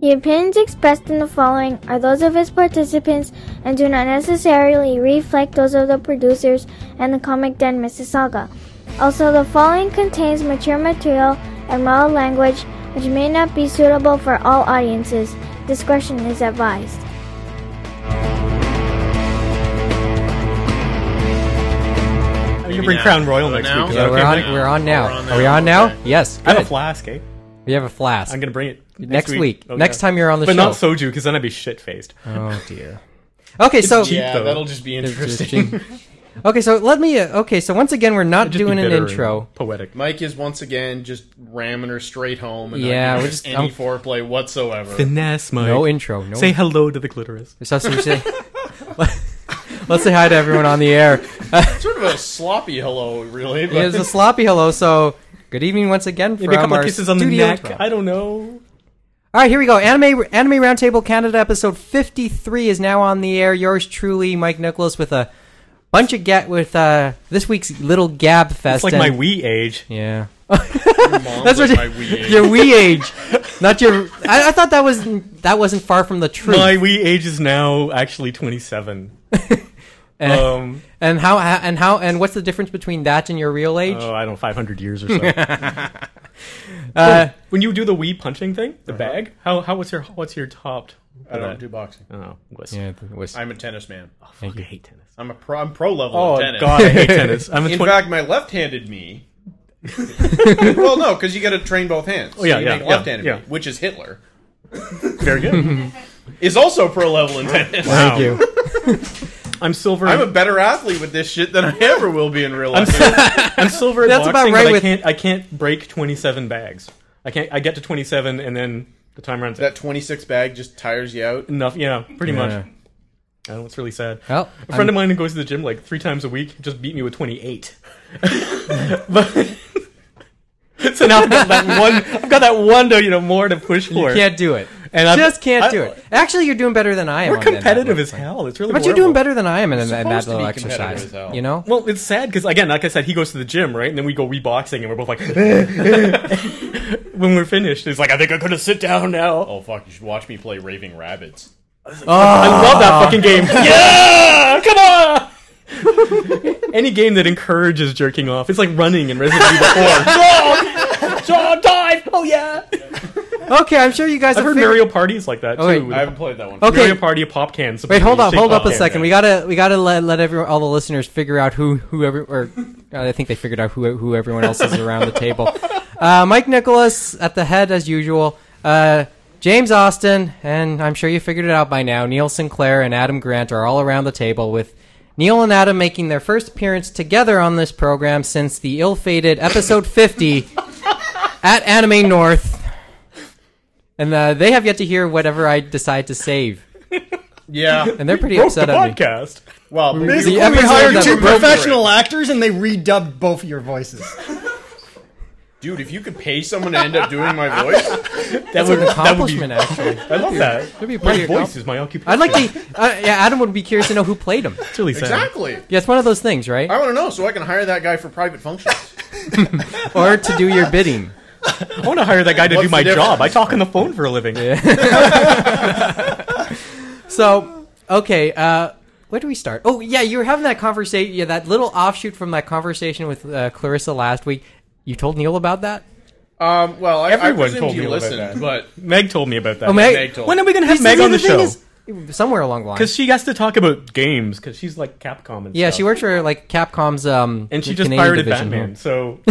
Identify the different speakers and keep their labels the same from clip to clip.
Speaker 1: The opinions expressed in the following are those of its participants and do not necessarily reflect those of the producers and the Comic Den Mississauga. Also, the following contains mature material and raw language which may not be suitable for all audiences. Discretion is advised.
Speaker 2: You can bring Crown Royal next
Speaker 3: now?
Speaker 2: week.
Speaker 3: Yeah,
Speaker 2: Is that
Speaker 4: we're
Speaker 2: okay,
Speaker 4: on.
Speaker 2: Mike?
Speaker 4: We're on now.
Speaker 3: We're on
Speaker 4: Are we
Speaker 3: now,
Speaker 4: on now?
Speaker 3: okay.
Speaker 4: Yes.
Speaker 2: I have a
Speaker 4: good.
Speaker 2: flask, eh?
Speaker 4: We have a flask.
Speaker 2: I'm gonna bring it
Speaker 4: Next week. Next time you're on the
Speaker 2: but
Speaker 4: show.
Speaker 2: not soju, because then I'd be shit faced.
Speaker 4: Oh dear. Okay, so
Speaker 2: cheap.
Speaker 3: yeah,
Speaker 2: though.
Speaker 3: that'll just be interesting.
Speaker 4: okay, so let me. Uh, okay, so once again, we're not doing an intro.
Speaker 2: poetic.
Speaker 3: Mike is once again just ramming her straight home and
Speaker 4: Yeah,
Speaker 3: yeah,
Speaker 4: we're
Speaker 3: not
Speaker 4: just-
Speaker 3: just any
Speaker 4: I'm-
Speaker 3: foreplay whatsoever.
Speaker 2: Finesse, Mike.
Speaker 4: No intro. No.
Speaker 2: Say hello to the clitoris.
Speaker 4: so, so we say, let's say hi to everyone on the air.
Speaker 3: sort of a sloppy hello, really. But
Speaker 4: It was a sloppy hello. So good evening once again from
Speaker 2: Maybe a couple
Speaker 4: our
Speaker 2: of kisses on the
Speaker 4: studio
Speaker 2: neck.
Speaker 4: twelve.
Speaker 2: I don't know.
Speaker 4: All right, here we go. Anime Anime Roundtable Canada episode 53 is now on the air. Yours truly, Mike Nicholas, with a bunch of ga- with uh, this week's little gab
Speaker 2: It's
Speaker 4: fest.
Speaker 2: like
Speaker 4: and-
Speaker 2: my Wii age.
Speaker 4: Yeah.
Speaker 3: mom
Speaker 4: That's
Speaker 3: was
Speaker 4: what
Speaker 3: my
Speaker 4: you-
Speaker 3: wee
Speaker 4: your wee age, not your. I, I thought that was that wasn't far from the truth.
Speaker 2: My Wii age is now actually 27. um,
Speaker 4: and how and how and what's the difference between that and your real age?
Speaker 2: oh, I don't know, 500 years or so.
Speaker 4: Uh,
Speaker 2: when you do the Wii punching thing,
Speaker 3: Uh-huh.
Speaker 2: the bag, how, how what's your what's your topped?
Speaker 3: I don't do boxing.
Speaker 2: Oh, wuss.
Speaker 3: I'm a tennis man.
Speaker 2: Fuck, I hate tennis.
Speaker 3: I'm a pro, I'm pro level
Speaker 2: Oh,
Speaker 3: in tennis.
Speaker 2: God, I hate tennis. I'm a
Speaker 3: In
Speaker 2: 20.
Speaker 3: fact, my left-handed me. well, no, because you got to train both hands. Oh
Speaker 2: yeah,
Speaker 3: you
Speaker 2: yeah,
Speaker 3: make
Speaker 2: yeah,
Speaker 3: left-handed
Speaker 2: yeah.
Speaker 3: me, which is Hitler,
Speaker 2: Very good.
Speaker 3: is also pro level in tennis.
Speaker 2: Wow.
Speaker 4: Thank you.
Speaker 2: I'm silver.
Speaker 3: I'm a better athlete with this shit than I ever will be in real life.
Speaker 2: I'm silver at
Speaker 4: That's about
Speaker 2: boxing,
Speaker 4: right
Speaker 2: but
Speaker 4: with-
Speaker 2: I can't I can't break 27 bags. I can't I get to 27 and then the time runs out.
Speaker 3: that 26 bag just tires you out.
Speaker 2: Enough, yeah, pretty
Speaker 4: Yeah.
Speaker 2: much. I know it's really sad.
Speaker 4: Well,
Speaker 2: a friend
Speaker 4: Oh, I'm-
Speaker 2: of mine who goes to the gym like three times a week just beat me with 28. but so now I've got that one. I've got that one to you know more to push for.
Speaker 4: Can't do it.
Speaker 2: And I'm-
Speaker 4: Just can't
Speaker 2: I-
Speaker 4: do it. Actually, you're doing better than I am.
Speaker 2: We're
Speaker 4: on that
Speaker 2: competitive
Speaker 4: level.
Speaker 2: as hell. It's really.
Speaker 4: But you're
Speaker 2: horrible.
Speaker 4: doing better than I am in, that- that
Speaker 3: supposed to
Speaker 4: little
Speaker 3: be competitive
Speaker 4: exercise.
Speaker 3: as hell.
Speaker 4: You know.
Speaker 2: Well, it's sad because again, like I said, he goes to the gym, right? And then we go reboxing, and we're both like, when we're finished, he's like, "I think I'm gonna sit down now."
Speaker 3: Oh fuck! You should watch me play Raving Rabbits.
Speaker 2: I love
Speaker 4: Uh-huh.
Speaker 2: that fucking game. yeah, come on. Any game that encourages jerking off, it's like running in Resident Evil Four. John, John, dive! Oh yeah.
Speaker 4: Okay, I'm sure you guys
Speaker 2: I've
Speaker 4: have
Speaker 2: heard
Speaker 4: figured-
Speaker 2: Mario parties like that too.
Speaker 4: Oh, wait.
Speaker 3: I haven't played that one.
Speaker 4: Okay.
Speaker 2: Mario Party, pop cans.
Speaker 4: Wait, hold up,
Speaker 2: Shake
Speaker 4: hold up a
Speaker 2: pop
Speaker 4: second.
Speaker 2: cans.
Speaker 4: We gotta, we gotta let let everyone, all the listeners, figure out who who every, or uh, I think they figured out who who everyone else is around the table. Uh, Mike Nicholas at the head as usual. Uh, James Austin, and I'm sure you figured it out by now. Neil Sinclair and Adam Grant are all around the table with Neil and Adam making their first appearance together on this program since the ill-fated episode 50 at Anime North. And uh, they have yet to hear whatever I decide to save,
Speaker 3: Yeah.
Speaker 4: and they're pretty
Speaker 2: Broke
Speaker 4: upset
Speaker 2: the
Speaker 4: at me.
Speaker 2: podcast.
Speaker 3: Well, but
Speaker 4: The
Speaker 5: Basically, we
Speaker 4: episode
Speaker 5: hired
Speaker 4: that
Speaker 5: two
Speaker 4: we broke-
Speaker 5: professional actors and they redubbed both of your voices.
Speaker 3: dude, if you could pay someone to end up doing my voice,
Speaker 2: That
Speaker 4: That's
Speaker 2: would, that would
Speaker 4: an
Speaker 2: be.
Speaker 4: accomplishment, actually.
Speaker 2: I love that.
Speaker 4: That'd be
Speaker 2: My
Speaker 4: pretty
Speaker 2: voice is my occupation.
Speaker 4: I'd like to. Uh, yeah, Adam would be curious to know who played him.
Speaker 2: It's really sad.
Speaker 3: exactly.
Speaker 4: Yeah, it's one of those things, right?
Speaker 3: I want to know so I can hire that guy for private functions.
Speaker 4: Or to do your bidding.
Speaker 2: I want to hire that guy to do
Speaker 3: What's
Speaker 2: my
Speaker 3: the difference?
Speaker 2: job. I talk on the phone for a living.
Speaker 4: So, okay, uh, where do we start? Oh, yeah, you were having that conversation. Yeah, that little offshoot from that conversation with uh, Clarissa last week. You told Neil about that?
Speaker 3: Um, well, I,
Speaker 2: Everyone
Speaker 3: I presumed
Speaker 2: told
Speaker 3: you
Speaker 2: me about
Speaker 3: listened,
Speaker 2: that.
Speaker 3: but
Speaker 2: Meg told me about that.
Speaker 4: Oh, Meg-
Speaker 3: Meg told
Speaker 2: When
Speaker 3: me.
Speaker 2: are we going to have
Speaker 4: See,
Speaker 2: Meg on the,
Speaker 4: thing
Speaker 2: show?
Speaker 4: is- somewhere along the line.
Speaker 2: Because she has to talk about games because she's like Capcom and
Speaker 4: Yeah,
Speaker 2: stuff.
Speaker 4: she worked for like Capcom's. Um,
Speaker 2: and she just
Speaker 4: Canadian
Speaker 2: pirated
Speaker 4: division
Speaker 2: Batman.
Speaker 4: here.
Speaker 2: So,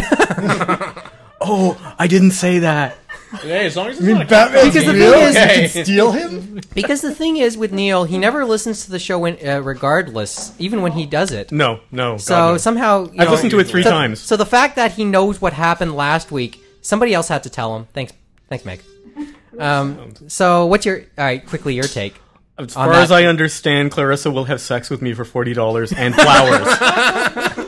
Speaker 2: oh, I didn't say that.
Speaker 3: Hey, as long as it's not a
Speaker 5: Batman's
Speaker 4: Because the
Speaker 5: real.
Speaker 4: thing is-
Speaker 5: you
Speaker 3: Okay.
Speaker 5: can steal him.
Speaker 4: Because the thing is with Neil, he never listens to the show when, uh, regardless, even when he does it.
Speaker 2: No, no.
Speaker 4: So
Speaker 2: God, no.
Speaker 4: somehow you
Speaker 2: I've
Speaker 4: know,
Speaker 2: listened to it three
Speaker 4: so,
Speaker 2: times.
Speaker 4: So the fact that he knows what happened last week, somebody else had to tell him. Thanks, thanks, Meg. Um, so what's your all right? Quickly, your take.
Speaker 2: as
Speaker 4: on
Speaker 2: far
Speaker 4: that-
Speaker 2: as I understand, Clarissa will have sex with me for forty dollars and flowers.
Speaker 6: That's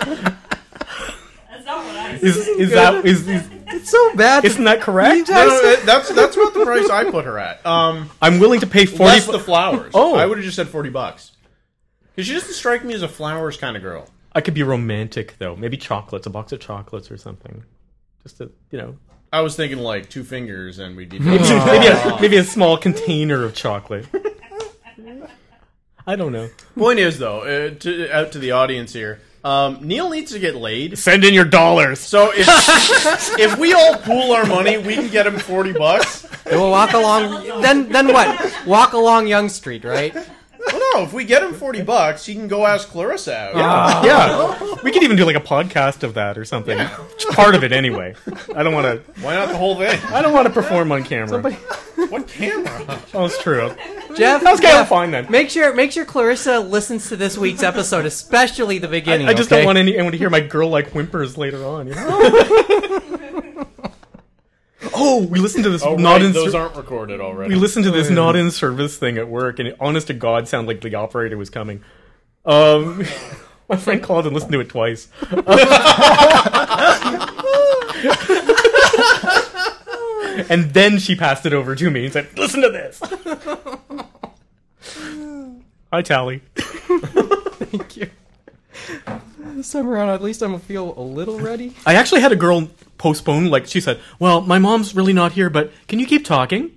Speaker 6: not what I said.
Speaker 2: is is that is, is
Speaker 4: It's so bad.
Speaker 2: isn't that correct?
Speaker 3: No, no, that- that's that's what the price I put her at. Um,
Speaker 2: I'm willing to pay forty.
Speaker 3: less the flowers.
Speaker 2: Oh.
Speaker 3: I would have just said forty bucks. Because she doesn't strike me as a flowers kind of girl.
Speaker 2: I could be romantic though. Maybe chocolates, a box of chocolates or something. just to you know
Speaker 3: I was thinking like two fingers, and we'd be.
Speaker 2: maybe a, maybe a small container of chocolate. I don't know.
Speaker 3: Point is, though, uh, to, out to the audience here, um, Neil needs to get laid.
Speaker 2: Send in your dollars.
Speaker 3: So if if we all pool our money, we can get him forty bucks.
Speaker 4: They will walk along. Then then what? Walk along Young Street, right?
Speaker 3: Well, no, if we get him forty bucks, he can go ask Clarissa out.
Speaker 2: yeah, we could even do like a podcast of that or something. Part of it anyway. I don't want to.
Speaker 3: Why not the whole thing?
Speaker 2: I don't want to perform on camera.
Speaker 3: What camera?
Speaker 2: Oh, it's true.
Speaker 4: Jeff,
Speaker 2: That was kind
Speaker 4: Jeff,
Speaker 2: of fine then.
Speaker 4: Make sure make sure Clarissa listens to this week's episode, especially the beginning.
Speaker 2: I just
Speaker 4: okay?
Speaker 2: don't want any, anyone to hear my girl like whimpers later on. You know? oh, we listened to this
Speaker 3: Oh,
Speaker 2: not
Speaker 3: right,
Speaker 2: in
Speaker 3: those
Speaker 2: ser-
Speaker 3: aren't recorded already.
Speaker 2: we listened to this not in service thing at work, and it, honest to God, sounded like the operator was coming. Um, my friend called and listened to it twice. and then she passed it over to me and said, "Listen to this." Hi, Tally.
Speaker 4: Thank you. This time around, at least I'm gonna feel a little ready.
Speaker 2: I actually had a girl postpone, like, she said, Well, my mom's really not here, but can you keep talking?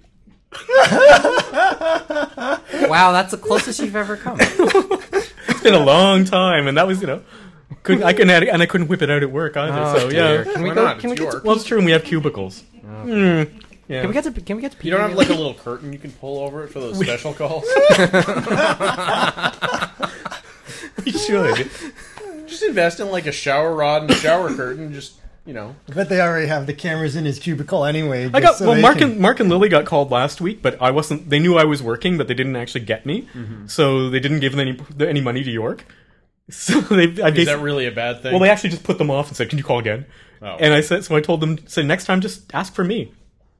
Speaker 4: Wow, that's the closest you've ever come.
Speaker 2: It's been a long time, and that was, you know, couldn't, I couldn't, and I couldn't whip it out at work either, so yeah.
Speaker 4: dear. Can we
Speaker 3: Why
Speaker 4: go?
Speaker 3: not?
Speaker 4: Can we
Speaker 3: It's
Speaker 4: get? To,
Speaker 3: York.
Speaker 2: Well, it's true, and we have cubicles. Hmm. yeah.
Speaker 4: can we get to? Can we get to?
Speaker 3: You don't have like a little curtain you can pull over it for those special calls.
Speaker 2: we should.
Speaker 3: just invest in like a shower rod and a shower curtain. Just you know,
Speaker 5: I bet they already have the cameras in his cubicle anyway.
Speaker 2: I got,
Speaker 5: just so
Speaker 2: well,
Speaker 5: they
Speaker 2: Mark
Speaker 5: can-
Speaker 2: and, Mark and Lily got called last week, but I wasn't, they knew I was working, but they didn't actually get me,
Speaker 3: Mm-hmm.
Speaker 2: so they didn't give any, any money to York. So they, I
Speaker 3: is
Speaker 2: basically,
Speaker 3: that really a bad thing?
Speaker 2: well, they actually just put them off and said, "Can you call again?"
Speaker 3: Oh.
Speaker 2: And I said, so I told them, "So next time, just ask for me.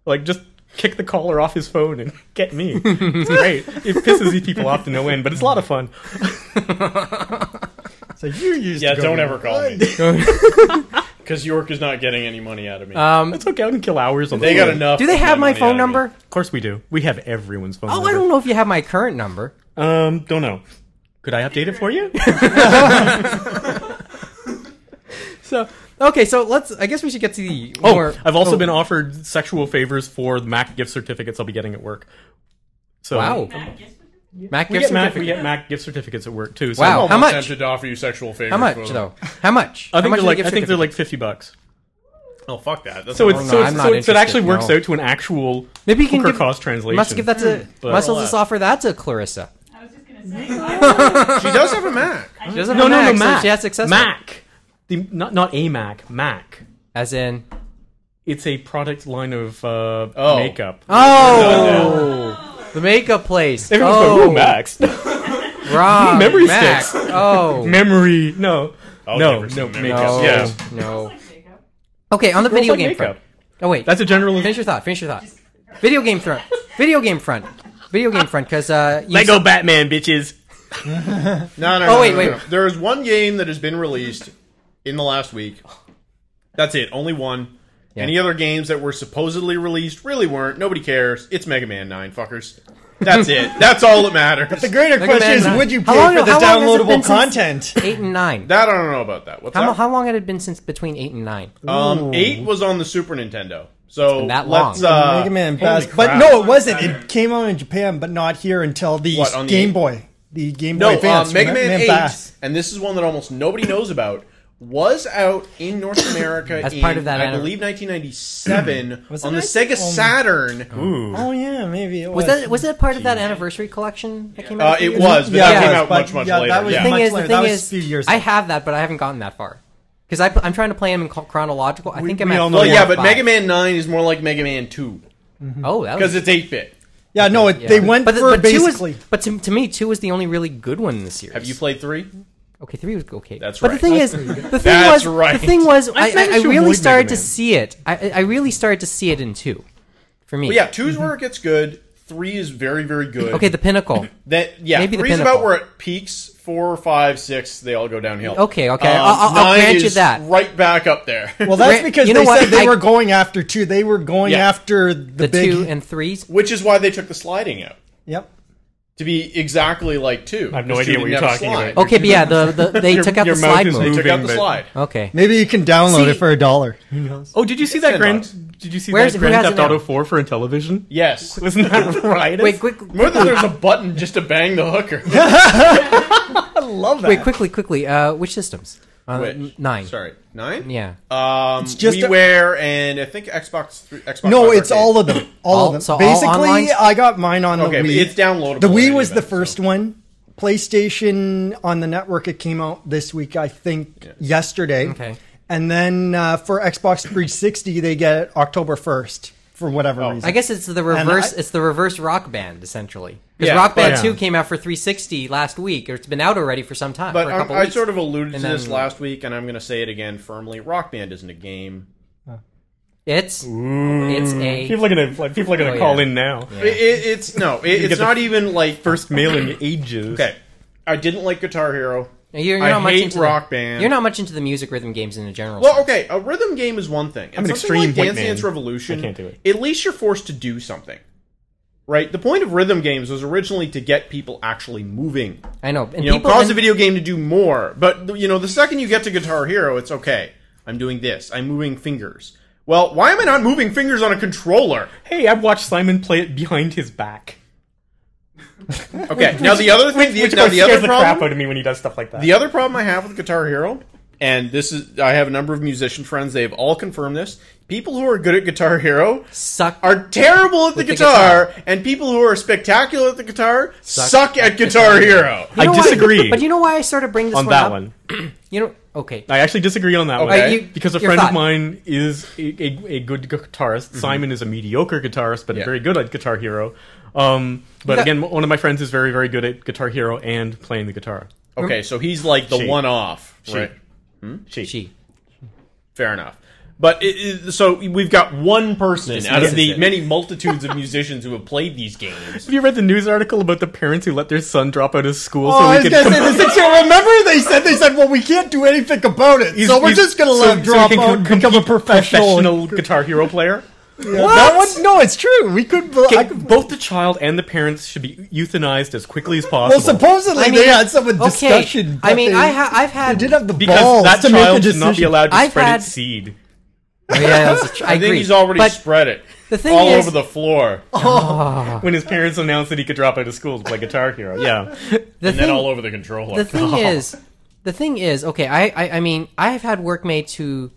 Speaker 2: Like, just kick the caller off his phone and get me." it's great. It pisses these people off to no end, but it's a lot of fun.
Speaker 5: So you used
Speaker 3: yeah,
Speaker 5: to
Speaker 3: don't
Speaker 5: go to-
Speaker 3: ever call me because York is not getting any money out of me.
Speaker 4: Um,
Speaker 2: It's okay. I can kill hours on.
Speaker 3: they
Speaker 2: the
Speaker 3: got
Speaker 2: phone.
Speaker 3: enough.
Speaker 4: do they
Speaker 3: of
Speaker 4: have my
Speaker 3: money out
Speaker 4: phone
Speaker 3: of me.
Speaker 4: number?
Speaker 2: Of course we do. We have everyone's phone.
Speaker 4: Oh, I don't know if you have my current number.
Speaker 2: know. Um, don't know. Could I update it for you?
Speaker 4: So okay, so let's. I guess we should get to the.
Speaker 2: Oh,
Speaker 4: more,
Speaker 2: I've also
Speaker 4: oh,
Speaker 2: been offered sexual favors for the Mac gift certificates I'll be getting at work. So
Speaker 4: Wow, Mac
Speaker 2: We
Speaker 4: gift
Speaker 2: get, Mac, we
Speaker 4: certificate.
Speaker 2: get Mac gift certificates at work too. So
Speaker 4: Wow,
Speaker 3: I'm
Speaker 4: how
Speaker 3: almost
Speaker 4: much?
Speaker 3: tempted to offer you sexual favors.
Speaker 4: How much
Speaker 3: for them.
Speaker 4: though? How much?
Speaker 2: I
Speaker 4: How
Speaker 2: think they're
Speaker 4: much is the
Speaker 2: like
Speaker 4: gift
Speaker 2: I think they're
Speaker 4: certificate?
Speaker 2: like fifty bucks.
Speaker 3: Oh fuck that. That's
Speaker 2: So
Speaker 3: not
Speaker 2: it's
Speaker 4: no,
Speaker 2: so, it's,
Speaker 4: I'm not
Speaker 2: so, it's- it
Speaker 4: interested,
Speaker 2: actually works
Speaker 4: no.
Speaker 2: out to an actual
Speaker 4: Maybe you can
Speaker 2: Hooker
Speaker 4: give-
Speaker 2: cost translation.
Speaker 4: Must give that to.
Speaker 2: but-
Speaker 4: must
Speaker 3: Well,
Speaker 4: just
Speaker 3: uh,
Speaker 4: offer that to Clarissa.
Speaker 6: I was just gonna say. I
Speaker 3: She does have a Mac.
Speaker 4: She doesn't
Speaker 2: Hmm. no,
Speaker 4: have a
Speaker 2: no, no,
Speaker 4: Mac, so
Speaker 2: Mac.
Speaker 4: she has success.
Speaker 2: Mac, the, not not a Mac. Mac.
Speaker 4: as in.
Speaker 2: It's a product line of uh,
Speaker 3: Oh.
Speaker 2: makeup.
Speaker 4: Oh, the makeup place.
Speaker 2: Everyone's
Speaker 4: oh,
Speaker 2: going, "Ooh, Macs.
Speaker 4: Rob,
Speaker 2: Memory
Speaker 4: Mac.
Speaker 2: sticks.
Speaker 4: Oh,
Speaker 2: Memory. No.
Speaker 3: I'll
Speaker 2: no,
Speaker 3: never see
Speaker 2: no,
Speaker 3: makeup.
Speaker 2: makeup.
Speaker 4: no,
Speaker 2: Yeah.
Speaker 4: no.
Speaker 6: was like, Jacob.
Speaker 4: Okay, on the
Speaker 2: Girls
Speaker 4: video
Speaker 2: like
Speaker 4: game
Speaker 2: makeup.
Speaker 4: front. Oh wait,
Speaker 2: That's a general.
Speaker 4: finish your thought. Finish your thought. Video game front. Video game front. Video game front. Because uh, you
Speaker 2: Lego Batman, bitches.
Speaker 3: No, no.
Speaker 4: Oh,
Speaker 3: no,
Speaker 4: wait,
Speaker 3: no,
Speaker 4: wait.
Speaker 3: no. There is one game that has been released in the last week. That's it. Only one.
Speaker 4: Yeah.
Speaker 3: Any other games that were supposedly released really weren't. Nobody cares. It's Mega Man Nine, fuckers. That's it. That's all that matters.
Speaker 5: The greater
Speaker 4: Mega
Speaker 5: question
Speaker 4: Man
Speaker 5: is,
Speaker 4: nine.
Speaker 5: would you
Speaker 4: How
Speaker 5: pay
Speaker 4: long-
Speaker 5: for the
Speaker 4: how long has it been
Speaker 5: downloadable
Speaker 4: since-
Speaker 5: content?
Speaker 4: eight and nine.
Speaker 3: that I don't know about that. What's
Speaker 4: How,
Speaker 3: that?
Speaker 4: how long had it been since between eight and nine?
Speaker 3: um, eight was on the Super Nintendo. So
Speaker 4: been that
Speaker 3: let's,
Speaker 4: long.
Speaker 3: Uh,
Speaker 5: Mega Man
Speaker 3: holy
Speaker 5: Pass. But
Speaker 3: crap.
Speaker 5: no, it wasn't. It came out in Japan, but not here until the,
Speaker 3: What, on the
Speaker 5: Game
Speaker 3: eight?
Speaker 5: Boy. The Game
Speaker 3: No,
Speaker 5: Boy Advance.
Speaker 3: um, Mega Man, 8,
Speaker 5: uh, Pass.
Speaker 3: and this is one that almost nobody knows about, was out in North America
Speaker 4: As
Speaker 3: in,
Speaker 4: part of that
Speaker 3: I
Speaker 4: anniver-
Speaker 3: believe, 1997
Speaker 5: Was it
Speaker 3: on the
Speaker 5: nice?
Speaker 3: Sega
Speaker 5: Um,
Speaker 3: Saturn.
Speaker 5: Oh yeah, maybe it was.
Speaker 4: Was that was that part of that anniversary collection that came out?
Speaker 3: Uh,
Speaker 4: a few
Speaker 3: it
Speaker 4: years
Speaker 3: was, but
Speaker 5: Yeah,
Speaker 3: that
Speaker 5: it
Speaker 3: came
Speaker 5: was,
Speaker 3: out
Speaker 5: but
Speaker 3: much, much
Speaker 5: yeah,
Speaker 3: later.
Speaker 5: that was
Speaker 3: yeah.
Speaker 5: the
Speaker 4: thing
Speaker 5: Much
Speaker 4: is, the
Speaker 5: later.
Speaker 4: thing
Speaker 5: That was
Speaker 4: is,
Speaker 5: a few years
Speaker 4: I
Speaker 5: ago.
Speaker 4: have that, but I haven't gotten that far because I'm trying to play them in chro- chronological. I think I'm
Speaker 2: we
Speaker 4: at
Speaker 2: all know
Speaker 4: four
Speaker 3: well,
Speaker 2: that.
Speaker 4: or
Speaker 3: yeah, but
Speaker 4: Oh,
Speaker 3: Mega
Speaker 4: five.
Speaker 3: Man 9 is more like Mega Man 2
Speaker 4: Oh, that was
Speaker 3: because it's 8 bit.
Speaker 5: Yeah, no, it,
Speaker 4: yeah.
Speaker 5: they went
Speaker 4: but the-
Speaker 5: for
Speaker 4: but two
Speaker 5: basically.
Speaker 4: was, but to, to me, two was the only really good one in the series.
Speaker 3: Have you played 3?
Speaker 4: Okay, three was okay.
Speaker 3: That's
Speaker 4: but
Speaker 3: right.
Speaker 4: the thing is, the thing
Speaker 3: That's
Speaker 4: was,
Speaker 3: right.
Speaker 4: the thing was, I,
Speaker 2: managed
Speaker 4: I, I
Speaker 2: to avoid
Speaker 4: really
Speaker 2: Mega
Speaker 4: started to
Speaker 2: Man.
Speaker 4: see it. I, I- I really started to see it in two, for me.
Speaker 3: But yeah, 2 is where it gets good. 3 is very, very good.
Speaker 4: Okay, the pinnacle.
Speaker 3: That yeah,
Speaker 4: Maybe the
Speaker 3: three's
Speaker 4: pinnacle.
Speaker 3: about where it peaks. Four, five, six, they all go downhill.
Speaker 4: Okay, okay, I'll- I'll- I'll
Speaker 3: nine
Speaker 4: grant you
Speaker 3: is
Speaker 4: that.
Speaker 3: Right back up there.
Speaker 5: well,
Speaker 4: Ra-
Speaker 5: that's because
Speaker 4: you know
Speaker 5: they
Speaker 4: what?
Speaker 5: said they
Speaker 4: I-
Speaker 5: were going after two. They were going
Speaker 3: Yeah.
Speaker 5: after the,
Speaker 4: The
Speaker 5: big.
Speaker 4: two and threes.
Speaker 3: which is why they took the sliding out.
Speaker 5: yep.
Speaker 3: to be exactly like two.
Speaker 2: I have no
Speaker 3: because two
Speaker 2: idea what
Speaker 3: didn't
Speaker 2: you're
Speaker 3: have a
Speaker 2: talking
Speaker 3: slide.
Speaker 2: about.
Speaker 4: Okay, but yeah, the, the they
Speaker 2: Your-
Speaker 4: took out
Speaker 2: your
Speaker 4: the
Speaker 2: mouth
Speaker 4: slide
Speaker 2: is
Speaker 3: They
Speaker 4: move.
Speaker 3: took out
Speaker 2: Moving,
Speaker 3: the
Speaker 2: but-
Speaker 3: slide.
Speaker 4: Okay.
Speaker 5: Maybe you can download
Speaker 3: See-
Speaker 5: it for a dollar.
Speaker 2: Oh, did you see
Speaker 3: ten
Speaker 2: that Grand?
Speaker 3: bucks.
Speaker 2: Did you see
Speaker 4: Where's-
Speaker 2: that
Speaker 4: who
Speaker 2: Grand
Speaker 4: has it
Speaker 2: Theft
Speaker 4: now?
Speaker 2: Auto Four for Intellivision?
Speaker 3: Yes.
Speaker 2: Wasn't that right?
Speaker 4: Wait, quick,
Speaker 3: More than there's a button just to bang the hooker.
Speaker 5: Love that.
Speaker 4: wait, quickly, quickly. Uh, which systems? Uh,
Speaker 3: Which?
Speaker 4: n- Nine.
Speaker 3: Sorry, nine.
Speaker 4: Yeah.
Speaker 3: Um,
Speaker 5: just a-
Speaker 3: WiiWare and I think Xbox. Three, Xbox.
Speaker 5: no,
Speaker 3: Live
Speaker 5: it's
Speaker 3: Arcade.
Speaker 5: all of them. All
Speaker 4: All-
Speaker 5: of them.
Speaker 4: so all
Speaker 5: Basically,
Speaker 4: online?
Speaker 5: I got mine on
Speaker 3: Okay, but
Speaker 5: the Wii.
Speaker 3: it's downloadable
Speaker 5: The
Speaker 3: in
Speaker 5: Wii
Speaker 3: any
Speaker 5: was the
Speaker 3: event,
Speaker 5: first
Speaker 3: so-
Speaker 5: one. PlayStation on the network it came out this week, I think, yesterday.
Speaker 4: Okay.
Speaker 5: And then uh, for Xbox 360, they get it October 1st for whatever reason.
Speaker 4: I guess it's the reverse.
Speaker 5: I-
Speaker 4: it's the reverse Rock Band essentially. Because
Speaker 3: Yeah,
Speaker 4: Rock Band
Speaker 2: but-
Speaker 4: Two came out for 360 last week, or it's been out already for some time.
Speaker 3: But
Speaker 4: for a couple
Speaker 3: I, I
Speaker 4: weeks.
Speaker 3: sort of alluded to
Speaker 4: And
Speaker 3: this
Speaker 4: then-
Speaker 3: last week, and I'm going to say it again firmly. Rock Band isn't a game.
Speaker 4: It's it's a
Speaker 2: People are gonna like, people are gonna
Speaker 4: Oh,
Speaker 2: call
Speaker 4: yeah.
Speaker 2: in now.
Speaker 3: It, it, it's no, it,
Speaker 2: get
Speaker 3: it's
Speaker 2: the-
Speaker 3: not even like
Speaker 2: First mail in ages.
Speaker 3: Okay, I didn't like Guitar Hero.
Speaker 4: you're, you're
Speaker 3: I
Speaker 4: not much
Speaker 3: hate
Speaker 4: into
Speaker 3: Rock
Speaker 4: the,
Speaker 3: Band.
Speaker 4: You're not much into the music rhythm games in a general.
Speaker 3: Well,
Speaker 4: sense.
Speaker 3: okay, a rhythm game is one thing. And
Speaker 2: I'm an
Speaker 3: something
Speaker 2: extreme
Speaker 3: like
Speaker 2: white
Speaker 3: Dance
Speaker 2: man.
Speaker 3: Dance Revolution.
Speaker 2: I can't do it.
Speaker 3: At least you're forced to do something, right? The point of rhythm games was originally to get people actually moving.
Speaker 4: I know. And
Speaker 3: you know,
Speaker 4: people
Speaker 3: cause
Speaker 4: and-
Speaker 3: the video game to do more. But you know, the second you get to Guitar Hero, it's okay. I'm doing this. I'm moving fingers. Well, why am I not moving fingers on a controller?
Speaker 2: Hey, I've watched Simon play it behind his back.
Speaker 3: Okay. Now the other thing, the,
Speaker 2: Which
Speaker 3: now
Speaker 2: part
Speaker 3: the
Speaker 2: scares
Speaker 3: other
Speaker 2: the crap
Speaker 3: problem,
Speaker 2: out of me when he does stuff like that.
Speaker 3: the other problem I have with Guitar Hero, and this is, I have a number of musician friends. They have all confirmed this. People who are good at Guitar Hero
Speaker 4: suck.
Speaker 3: are terrible at the
Speaker 4: the
Speaker 3: guitar, and people who are spectacular at the guitar suck, at Guitar Hero.
Speaker 4: You know
Speaker 2: I
Speaker 4: why-
Speaker 2: disagree
Speaker 4: but you know why I sort of bring this
Speaker 2: on
Speaker 4: one
Speaker 2: that
Speaker 4: up?
Speaker 2: one.
Speaker 4: You know. Okay.
Speaker 2: I actually disagree on that
Speaker 3: Okay.
Speaker 2: one.
Speaker 3: Uh,
Speaker 4: you-
Speaker 2: because a
Speaker 4: your
Speaker 2: friend
Speaker 4: thought.
Speaker 2: of mine is a, a, a good guitarist. Simon is a mediocre guitarist, but
Speaker 3: Mm-hmm. Yeah.
Speaker 2: a very good at Guitar Hero. Um, but
Speaker 4: got-
Speaker 2: again, one of my friends is very, very good at Guitar Hero and playing the guitar.
Speaker 3: Okay, so he's like the
Speaker 2: She.
Speaker 3: one off, right?
Speaker 4: She.
Speaker 3: Fair enough. But it, it- so we've got one person out of the
Speaker 4: misses it.
Speaker 3: many multitudes of musicians who have played these games.
Speaker 2: Have you read the news article about the parents who let their son drop out of school
Speaker 5: Oh, I
Speaker 2: so
Speaker 5: was
Speaker 2: we
Speaker 5: gonna
Speaker 2: could
Speaker 5: say the six year. Remember, they said they said, "Well, we can't do anything about it, so we're
Speaker 2: he's-
Speaker 5: just gonna
Speaker 2: so-
Speaker 5: let him
Speaker 2: so
Speaker 5: drop
Speaker 2: he can
Speaker 5: out and
Speaker 2: com-
Speaker 5: become a professional."
Speaker 2: professional Guitar Hero player?
Speaker 5: That one, no, it's true. We could. bel- I
Speaker 2: Okay,
Speaker 5: could-
Speaker 2: both the child and the parents should be euthanized as quickly as
Speaker 5: well,
Speaker 2: possible.
Speaker 5: supposedly
Speaker 4: I mean,
Speaker 5: they had some
Speaker 4: Okay.
Speaker 5: discussion.
Speaker 4: I
Speaker 5: but
Speaker 4: mean,
Speaker 5: they,
Speaker 4: I ha- I've
Speaker 5: they
Speaker 4: had.
Speaker 5: did have the
Speaker 2: because
Speaker 5: balls
Speaker 2: that
Speaker 5: to make a
Speaker 2: child should
Speaker 5: decision.
Speaker 2: not be allowed to
Speaker 4: I've
Speaker 2: spread
Speaker 4: had-
Speaker 2: its seed.
Speaker 4: Oh, yeah, that's a tr- I,
Speaker 3: I think
Speaker 4: agree.
Speaker 3: he's already
Speaker 4: But
Speaker 3: spread it
Speaker 4: the thing
Speaker 3: all
Speaker 4: is,
Speaker 3: over the floor,
Speaker 4: Oh.
Speaker 2: When his parents announced that he could drop out of school to play Guitar Hero, yeah,
Speaker 4: the
Speaker 3: and then
Speaker 4: thing-
Speaker 3: all over Oh. the controller.
Speaker 4: the thing is, the thing is, okay. I, I, I mean, I've had workmates who,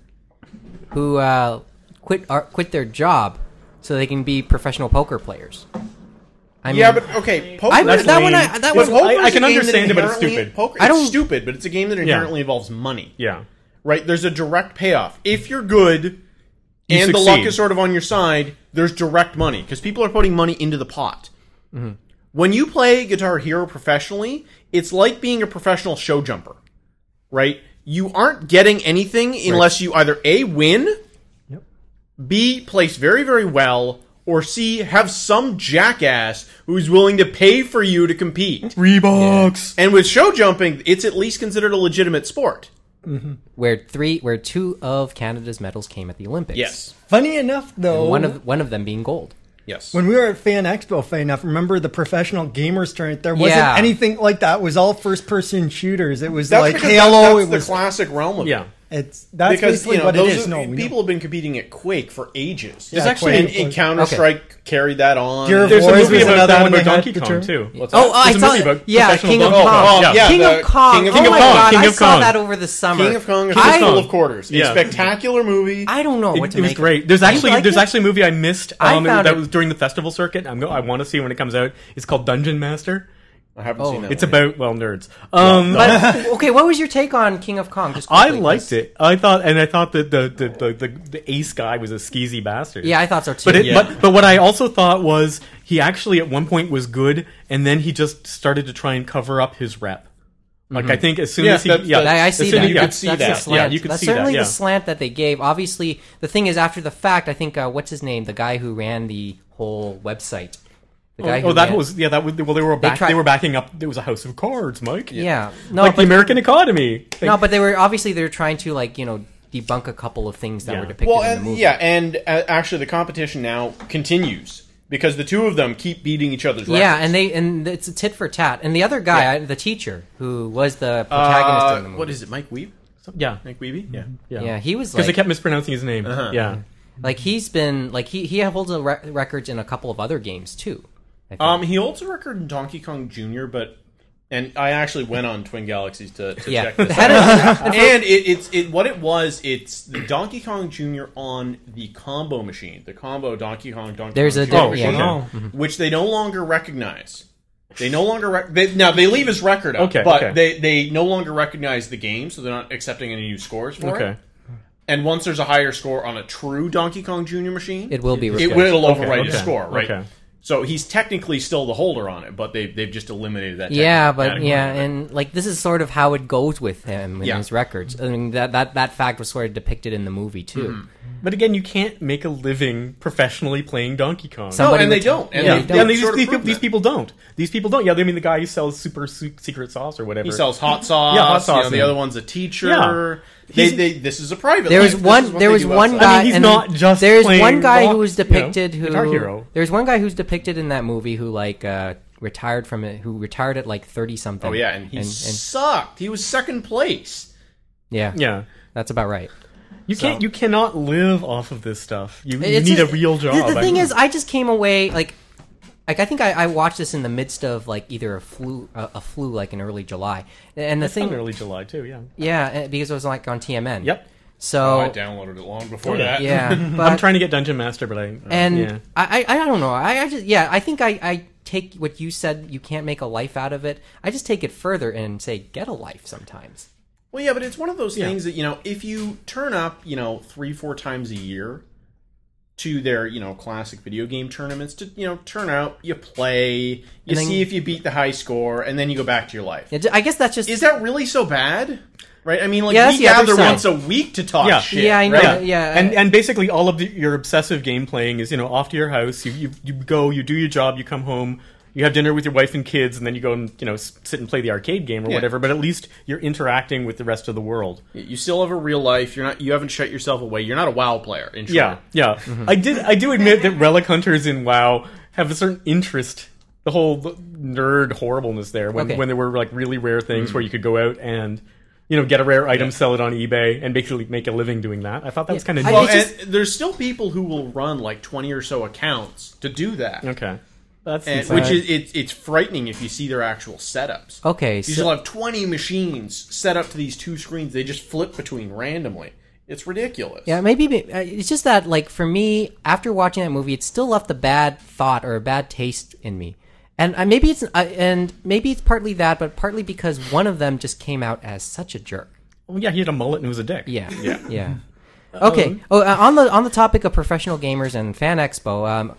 Speaker 4: who uh, quit are, quit their job so they can be professional poker players. I mean,
Speaker 3: yeah, but okay, poker.
Speaker 4: I was,
Speaker 2: That's
Speaker 4: that one.
Speaker 2: lame.
Speaker 4: I,
Speaker 2: Yes,
Speaker 4: that was.
Speaker 3: Poker
Speaker 2: I-
Speaker 3: is
Speaker 2: I can
Speaker 3: a game that
Speaker 2: understand it, but it's
Speaker 3: inherently-
Speaker 2: stupid.
Speaker 3: Poker,
Speaker 4: I
Speaker 3: it's
Speaker 4: don't-
Speaker 3: stupid, but it's a game that inherently involves money.
Speaker 2: yeah.
Speaker 3: right? There's a direct payoff. If you're good and the
Speaker 2: succeed.
Speaker 3: luck is sort of on your side, there's direct money because people are putting money into the pot.
Speaker 2: Mm-hmm.
Speaker 3: When you play Guitar Hero professionally, it's like being a professional show jumper, right? You aren't getting anything unless you either A, win, B, place very, very well, or C, have some jackass who's willing to pay for you to compete.
Speaker 2: Reeboks.
Speaker 3: and with show jumping, it's at least considered a legitimate sport.
Speaker 4: where three, where two of Canada's medals came at the Olympics.
Speaker 3: Yes.
Speaker 5: Funny enough, though,
Speaker 4: one of one of them being gold.
Speaker 3: Yes.
Speaker 5: when we were at Fan Expo, funny enough, remember the professional gamers tournament? There wasn't
Speaker 4: Yeah.
Speaker 5: anything like that. It was all first person shooters. It was
Speaker 3: That's
Speaker 5: like
Speaker 3: because
Speaker 5: Halo.
Speaker 3: That's, that's
Speaker 5: it
Speaker 3: the
Speaker 5: was
Speaker 3: classic realm of it.
Speaker 2: Yeah.
Speaker 5: it's that's
Speaker 3: Because
Speaker 5: basically
Speaker 3: you know,
Speaker 5: what it
Speaker 3: those
Speaker 5: is.
Speaker 3: are-
Speaker 5: no, we
Speaker 3: people have been competing at Quake for ages.
Speaker 5: There's actually-
Speaker 3: and, Counter Strike carried that on.
Speaker 5: Gear of
Speaker 2: There's a
Speaker 5: Boys
Speaker 2: movie
Speaker 5: was
Speaker 2: about
Speaker 5: another
Speaker 2: that
Speaker 5: one
Speaker 2: about
Speaker 5: they had
Speaker 2: Donkey
Speaker 5: to
Speaker 2: Kong
Speaker 5: turn.
Speaker 2: too.
Speaker 4: Oh, I
Speaker 2: There's a
Speaker 4: saw
Speaker 2: movie
Speaker 4: it.
Speaker 2: about
Speaker 4: Yeah,
Speaker 2: professional
Speaker 4: King of
Speaker 2: Donkey
Speaker 4: Kong.
Speaker 2: Kong.
Speaker 3: Yeah.
Speaker 2: Yeah.
Speaker 4: King
Speaker 3: the
Speaker 4: of Kong.
Speaker 3: King of
Speaker 4: oh
Speaker 3: King of
Speaker 4: my
Speaker 2: Kong,
Speaker 4: god,
Speaker 2: King
Speaker 4: I
Speaker 2: of
Speaker 4: saw
Speaker 2: Kong.
Speaker 4: that over the summer.
Speaker 3: King of Kong is
Speaker 4: I-
Speaker 3: full of quarters. A
Speaker 2: Yeah.
Speaker 3: spectacular movie.
Speaker 4: I don't know
Speaker 2: It,
Speaker 4: what to
Speaker 2: it was
Speaker 4: make of
Speaker 2: great. There's
Speaker 4: You
Speaker 2: actually
Speaker 4: liked
Speaker 2: there's
Speaker 4: it?
Speaker 2: actually a movie I missed.
Speaker 4: I
Speaker 2: Um,
Speaker 4: found
Speaker 2: that
Speaker 4: it-
Speaker 2: was during the festival circuit. I'm go- I want to see when it comes out. It's called Dungeon Master.
Speaker 3: I haven't
Speaker 4: Oh.
Speaker 3: seen that.
Speaker 2: It's
Speaker 3: one.
Speaker 2: about well nerds. Um,
Speaker 4: But okay, what was your take on King of Kong? Just
Speaker 2: I
Speaker 4: quickly, 'cause-
Speaker 2: liked it. I thought, and I thought that the the, the, the, the ace guy was a skeezy bastard.
Speaker 4: Yeah, I thought so too.
Speaker 2: But, it,
Speaker 4: yeah.
Speaker 2: but but what I also thought was he actually at one point was good, and then he just started to try and cover up his rep. Like
Speaker 4: Mm-hmm.
Speaker 2: I think as soon
Speaker 3: Yeah,
Speaker 2: as he
Speaker 3: that's-
Speaker 2: yeah,
Speaker 4: I, I
Speaker 2: as
Speaker 4: see
Speaker 2: soon
Speaker 4: that.
Speaker 2: as- yeah.
Speaker 3: could see
Speaker 4: That's
Speaker 3: that.
Speaker 4: The slant.
Speaker 2: Yeah, you could
Speaker 4: That's
Speaker 2: see that,
Speaker 4: certainly
Speaker 2: yeah.
Speaker 4: the slant that they gave. Obviously, the thing is, after the fact, I think uh, what's his name, the guy who ran the whole website, the guy.
Speaker 2: Oh,
Speaker 4: who
Speaker 2: that
Speaker 4: ran-
Speaker 2: was yeah. That was well. They were back. They,
Speaker 4: tried-
Speaker 2: were backing up. It was a House of Cards, Mike.
Speaker 4: Yeah. No,
Speaker 2: like the
Speaker 4: but
Speaker 2: American economy.
Speaker 4: no, but they were obviously they were trying to like you know debunk a couple of things that
Speaker 2: Yeah.
Speaker 4: were depicted
Speaker 3: well,
Speaker 4: in the
Speaker 3: and,
Speaker 4: movie.
Speaker 3: yeah, and uh, actually the competition now continues. because the two of them keep beating each other's
Speaker 4: Yeah,
Speaker 3: records.
Speaker 4: and they and it's a tit for tat. And the other guy,
Speaker 3: Yeah.
Speaker 4: I- the teacher, who was the protagonist
Speaker 3: Uh,
Speaker 4: in the movie. Mm-hmm.
Speaker 3: what is it, Mike Weeb?
Speaker 2: Yeah,
Speaker 3: Mike Weeby? Yeah.
Speaker 2: yeah.
Speaker 4: Yeah, he was
Speaker 2: because they
Speaker 4: like,
Speaker 2: kept mispronouncing his name.
Speaker 3: Uh-huh.
Speaker 2: Yeah,
Speaker 4: like he's been like he he holds a re- records in a couple of other games too. I think.
Speaker 3: Um, he holds a record in Donkey Kong Jr., but and I actually went on Twin Galaxies to, to
Speaker 4: Yeah.
Speaker 3: check this
Speaker 4: Had
Speaker 3: out.
Speaker 2: Uh-huh.
Speaker 3: and it, it's it what it was. It's the Donkey Kong Jr. on the combo machine, the combo Donkey Kong Donkey.
Speaker 4: There's
Speaker 3: Kong
Speaker 4: a
Speaker 3: Jr.
Speaker 4: different-
Speaker 3: machine,
Speaker 4: yeah. mm-hmm.
Speaker 2: Oh.
Speaker 3: which they no longer recognize. They no longer rec- they, now they leave his record up,
Speaker 2: Okay,
Speaker 3: but
Speaker 2: okay.
Speaker 3: they they no longer recognize the game, so they're not accepting any new scores for
Speaker 2: okay.
Speaker 3: it. And once there's a higher score on a true Donkey Kong Jr. machine,
Speaker 4: it will be.
Speaker 3: it
Speaker 4: replaced.
Speaker 3: will
Speaker 2: Okay,
Speaker 3: overwrite his
Speaker 2: okay,
Speaker 3: score, right?
Speaker 2: okay.
Speaker 3: So he's technically still the holder on it, but they they've just eliminated that.
Speaker 4: Yeah,
Speaker 3: technical
Speaker 4: but
Speaker 3: category
Speaker 4: yeah,
Speaker 3: of it.
Speaker 4: and like this is sort of how it goes with him and
Speaker 3: Yeah.
Speaker 4: his records. I mean that that that fact was sort of depicted in the movie too.
Speaker 2: But again, you can't make a living professionally playing Donkey Kong.
Speaker 4: Some- somebody
Speaker 3: no, and they
Speaker 4: would-
Speaker 3: don't, and
Speaker 4: Yeah,
Speaker 3: they,
Speaker 2: yeah,
Speaker 4: they don't.
Speaker 2: and
Speaker 3: these,
Speaker 2: these, these, people,
Speaker 3: people,
Speaker 2: these people don't. These people don't. Yeah, I mean the guy who sells super su- secret sauce or whatever.
Speaker 3: he sells hot sauce.
Speaker 2: Yeah, hot sauce,
Speaker 3: You know, the
Speaker 2: yeah.
Speaker 3: other one's a teacher.
Speaker 2: Yeah.
Speaker 3: They,
Speaker 2: He's-
Speaker 3: they, this is a private.
Speaker 4: There
Speaker 3: life.
Speaker 4: was
Speaker 3: This is
Speaker 4: one.
Speaker 3: what
Speaker 4: There
Speaker 3: they
Speaker 4: was
Speaker 3: do
Speaker 4: one
Speaker 3: outside.
Speaker 4: guy.
Speaker 2: mean, he's
Speaker 4: and
Speaker 2: not just
Speaker 4: There's
Speaker 2: playing
Speaker 4: one guy
Speaker 2: rock,
Speaker 4: who was
Speaker 2: you know,
Speaker 4: depicted
Speaker 2: Guitar
Speaker 4: who.
Speaker 2: Hero.
Speaker 4: There's one guy who's depicted in that movie who like uh, retired from it. Who retired at like thirty something.
Speaker 3: Oh yeah, and he sucked. He was second place.
Speaker 4: yeah,
Speaker 2: Yeah,
Speaker 4: That's about right.
Speaker 2: you can't. You cannot live off of this stuff. You, you
Speaker 4: It's
Speaker 2: need a,
Speaker 4: just-
Speaker 2: real
Speaker 4: the-
Speaker 2: job.
Speaker 4: The,
Speaker 2: I
Speaker 4: thing
Speaker 2: mean.
Speaker 4: is, I just came away like, like I think I, I watched this in the midst of like either a flu, a, a flu like in early July, and the
Speaker 2: It's
Speaker 4: thing,
Speaker 2: in early July too. Yeah.
Speaker 4: yeah, eh, because it was like on TMN.
Speaker 2: Yep.
Speaker 3: Oh, I
Speaker 4: So
Speaker 3: downloaded it long before
Speaker 2: yeah.
Speaker 3: that.
Speaker 4: yeah, but
Speaker 2: I'm trying to get Dungeon Master, but I uh,
Speaker 4: and
Speaker 2: yeah.
Speaker 4: I, I I don't know. I, I just yeah, I think I I take what you said. You can't make a life out of it. I just take it further and say get a life sometimes.
Speaker 3: Well, yeah, but it's one of those things that you know, if you turn up, you know, three four times a year to their you know classic video game tournaments to you know turn out, you play, you
Speaker 4: then-
Speaker 3: see if you beat the high score, and then you go back to your life.
Speaker 4: It- I guess that's just
Speaker 3: Is that really so bad? Right? I mean, like
Speaker 4: Yeah,
Speaker 3: we
Speaker 4: that's the other
Speaker 3: gather
Speaker 4: side.
Speaker 3: once a week to talk
Speaker 2: Yeah.
Speaker 3: shit.
Speaker 4: yeah. I know.
Speaker 3: right?
Speaker 4: that- Yeah,
Speaker 2: and and basically all of the, your obsessive game playing is you know off to your house you, you you go you do your job you come home you have dinner with your wife and kids and then you go and you know s- sit and play the arcade game or
Speaker 3: Yeah.
Speaker 2: whatever but at least you're interacting with the rest of the world
Speaker 3: You still have a real life. You're not. You haven't shut yourself away. You're not a WoW player. In short.
Speaker 2: yeah yeah
Speaker 4: Mm-hmm.
Speaker 2: I did I do admit that relic hunters in WoW have a certain interest the whole nerd horribleness there when
Speaker 4: Okay. Mm.
Speaker 2: when there were like really rare things where you could go out and you know get a rare item sell it on eBay and basically make a living doing that I thought that was kind of
Speaker 4: I-
Speaker 3: Well,
Speaker 4: It's just-
Speaker 3: and there's still people who will run like 20 or so accounts to do that.
Speaker 2: okay that's
Speaker 3: And-
Speaker 2: insane.
Speaker 3: which is it's it's frightening if you see their actual setups.
Speaker 4: okay.
Speaker 3: You
Speaker 4: So,
Speaker 3: still have 20 machines set up to these two screens. They just flip between randomly. It's ridiculous.
Speaker 4: Yeah, maybe uh, it's just that like for me, after watching that movie, it still left a bad thought or a bad taste in me, and uh, maybe it's uh, and maybe it's partly that, but partly because one of them just came out as such a jerk.
Speaker 2: Well, Oh, yeah he had a mullet and he was a dick
Speaker 4: Yeah, yeah, yeah. Okay.
Speaker 2: um,
Speaker 4: oh, uh, on the on the topic of professional gamers and Fan Expo, um,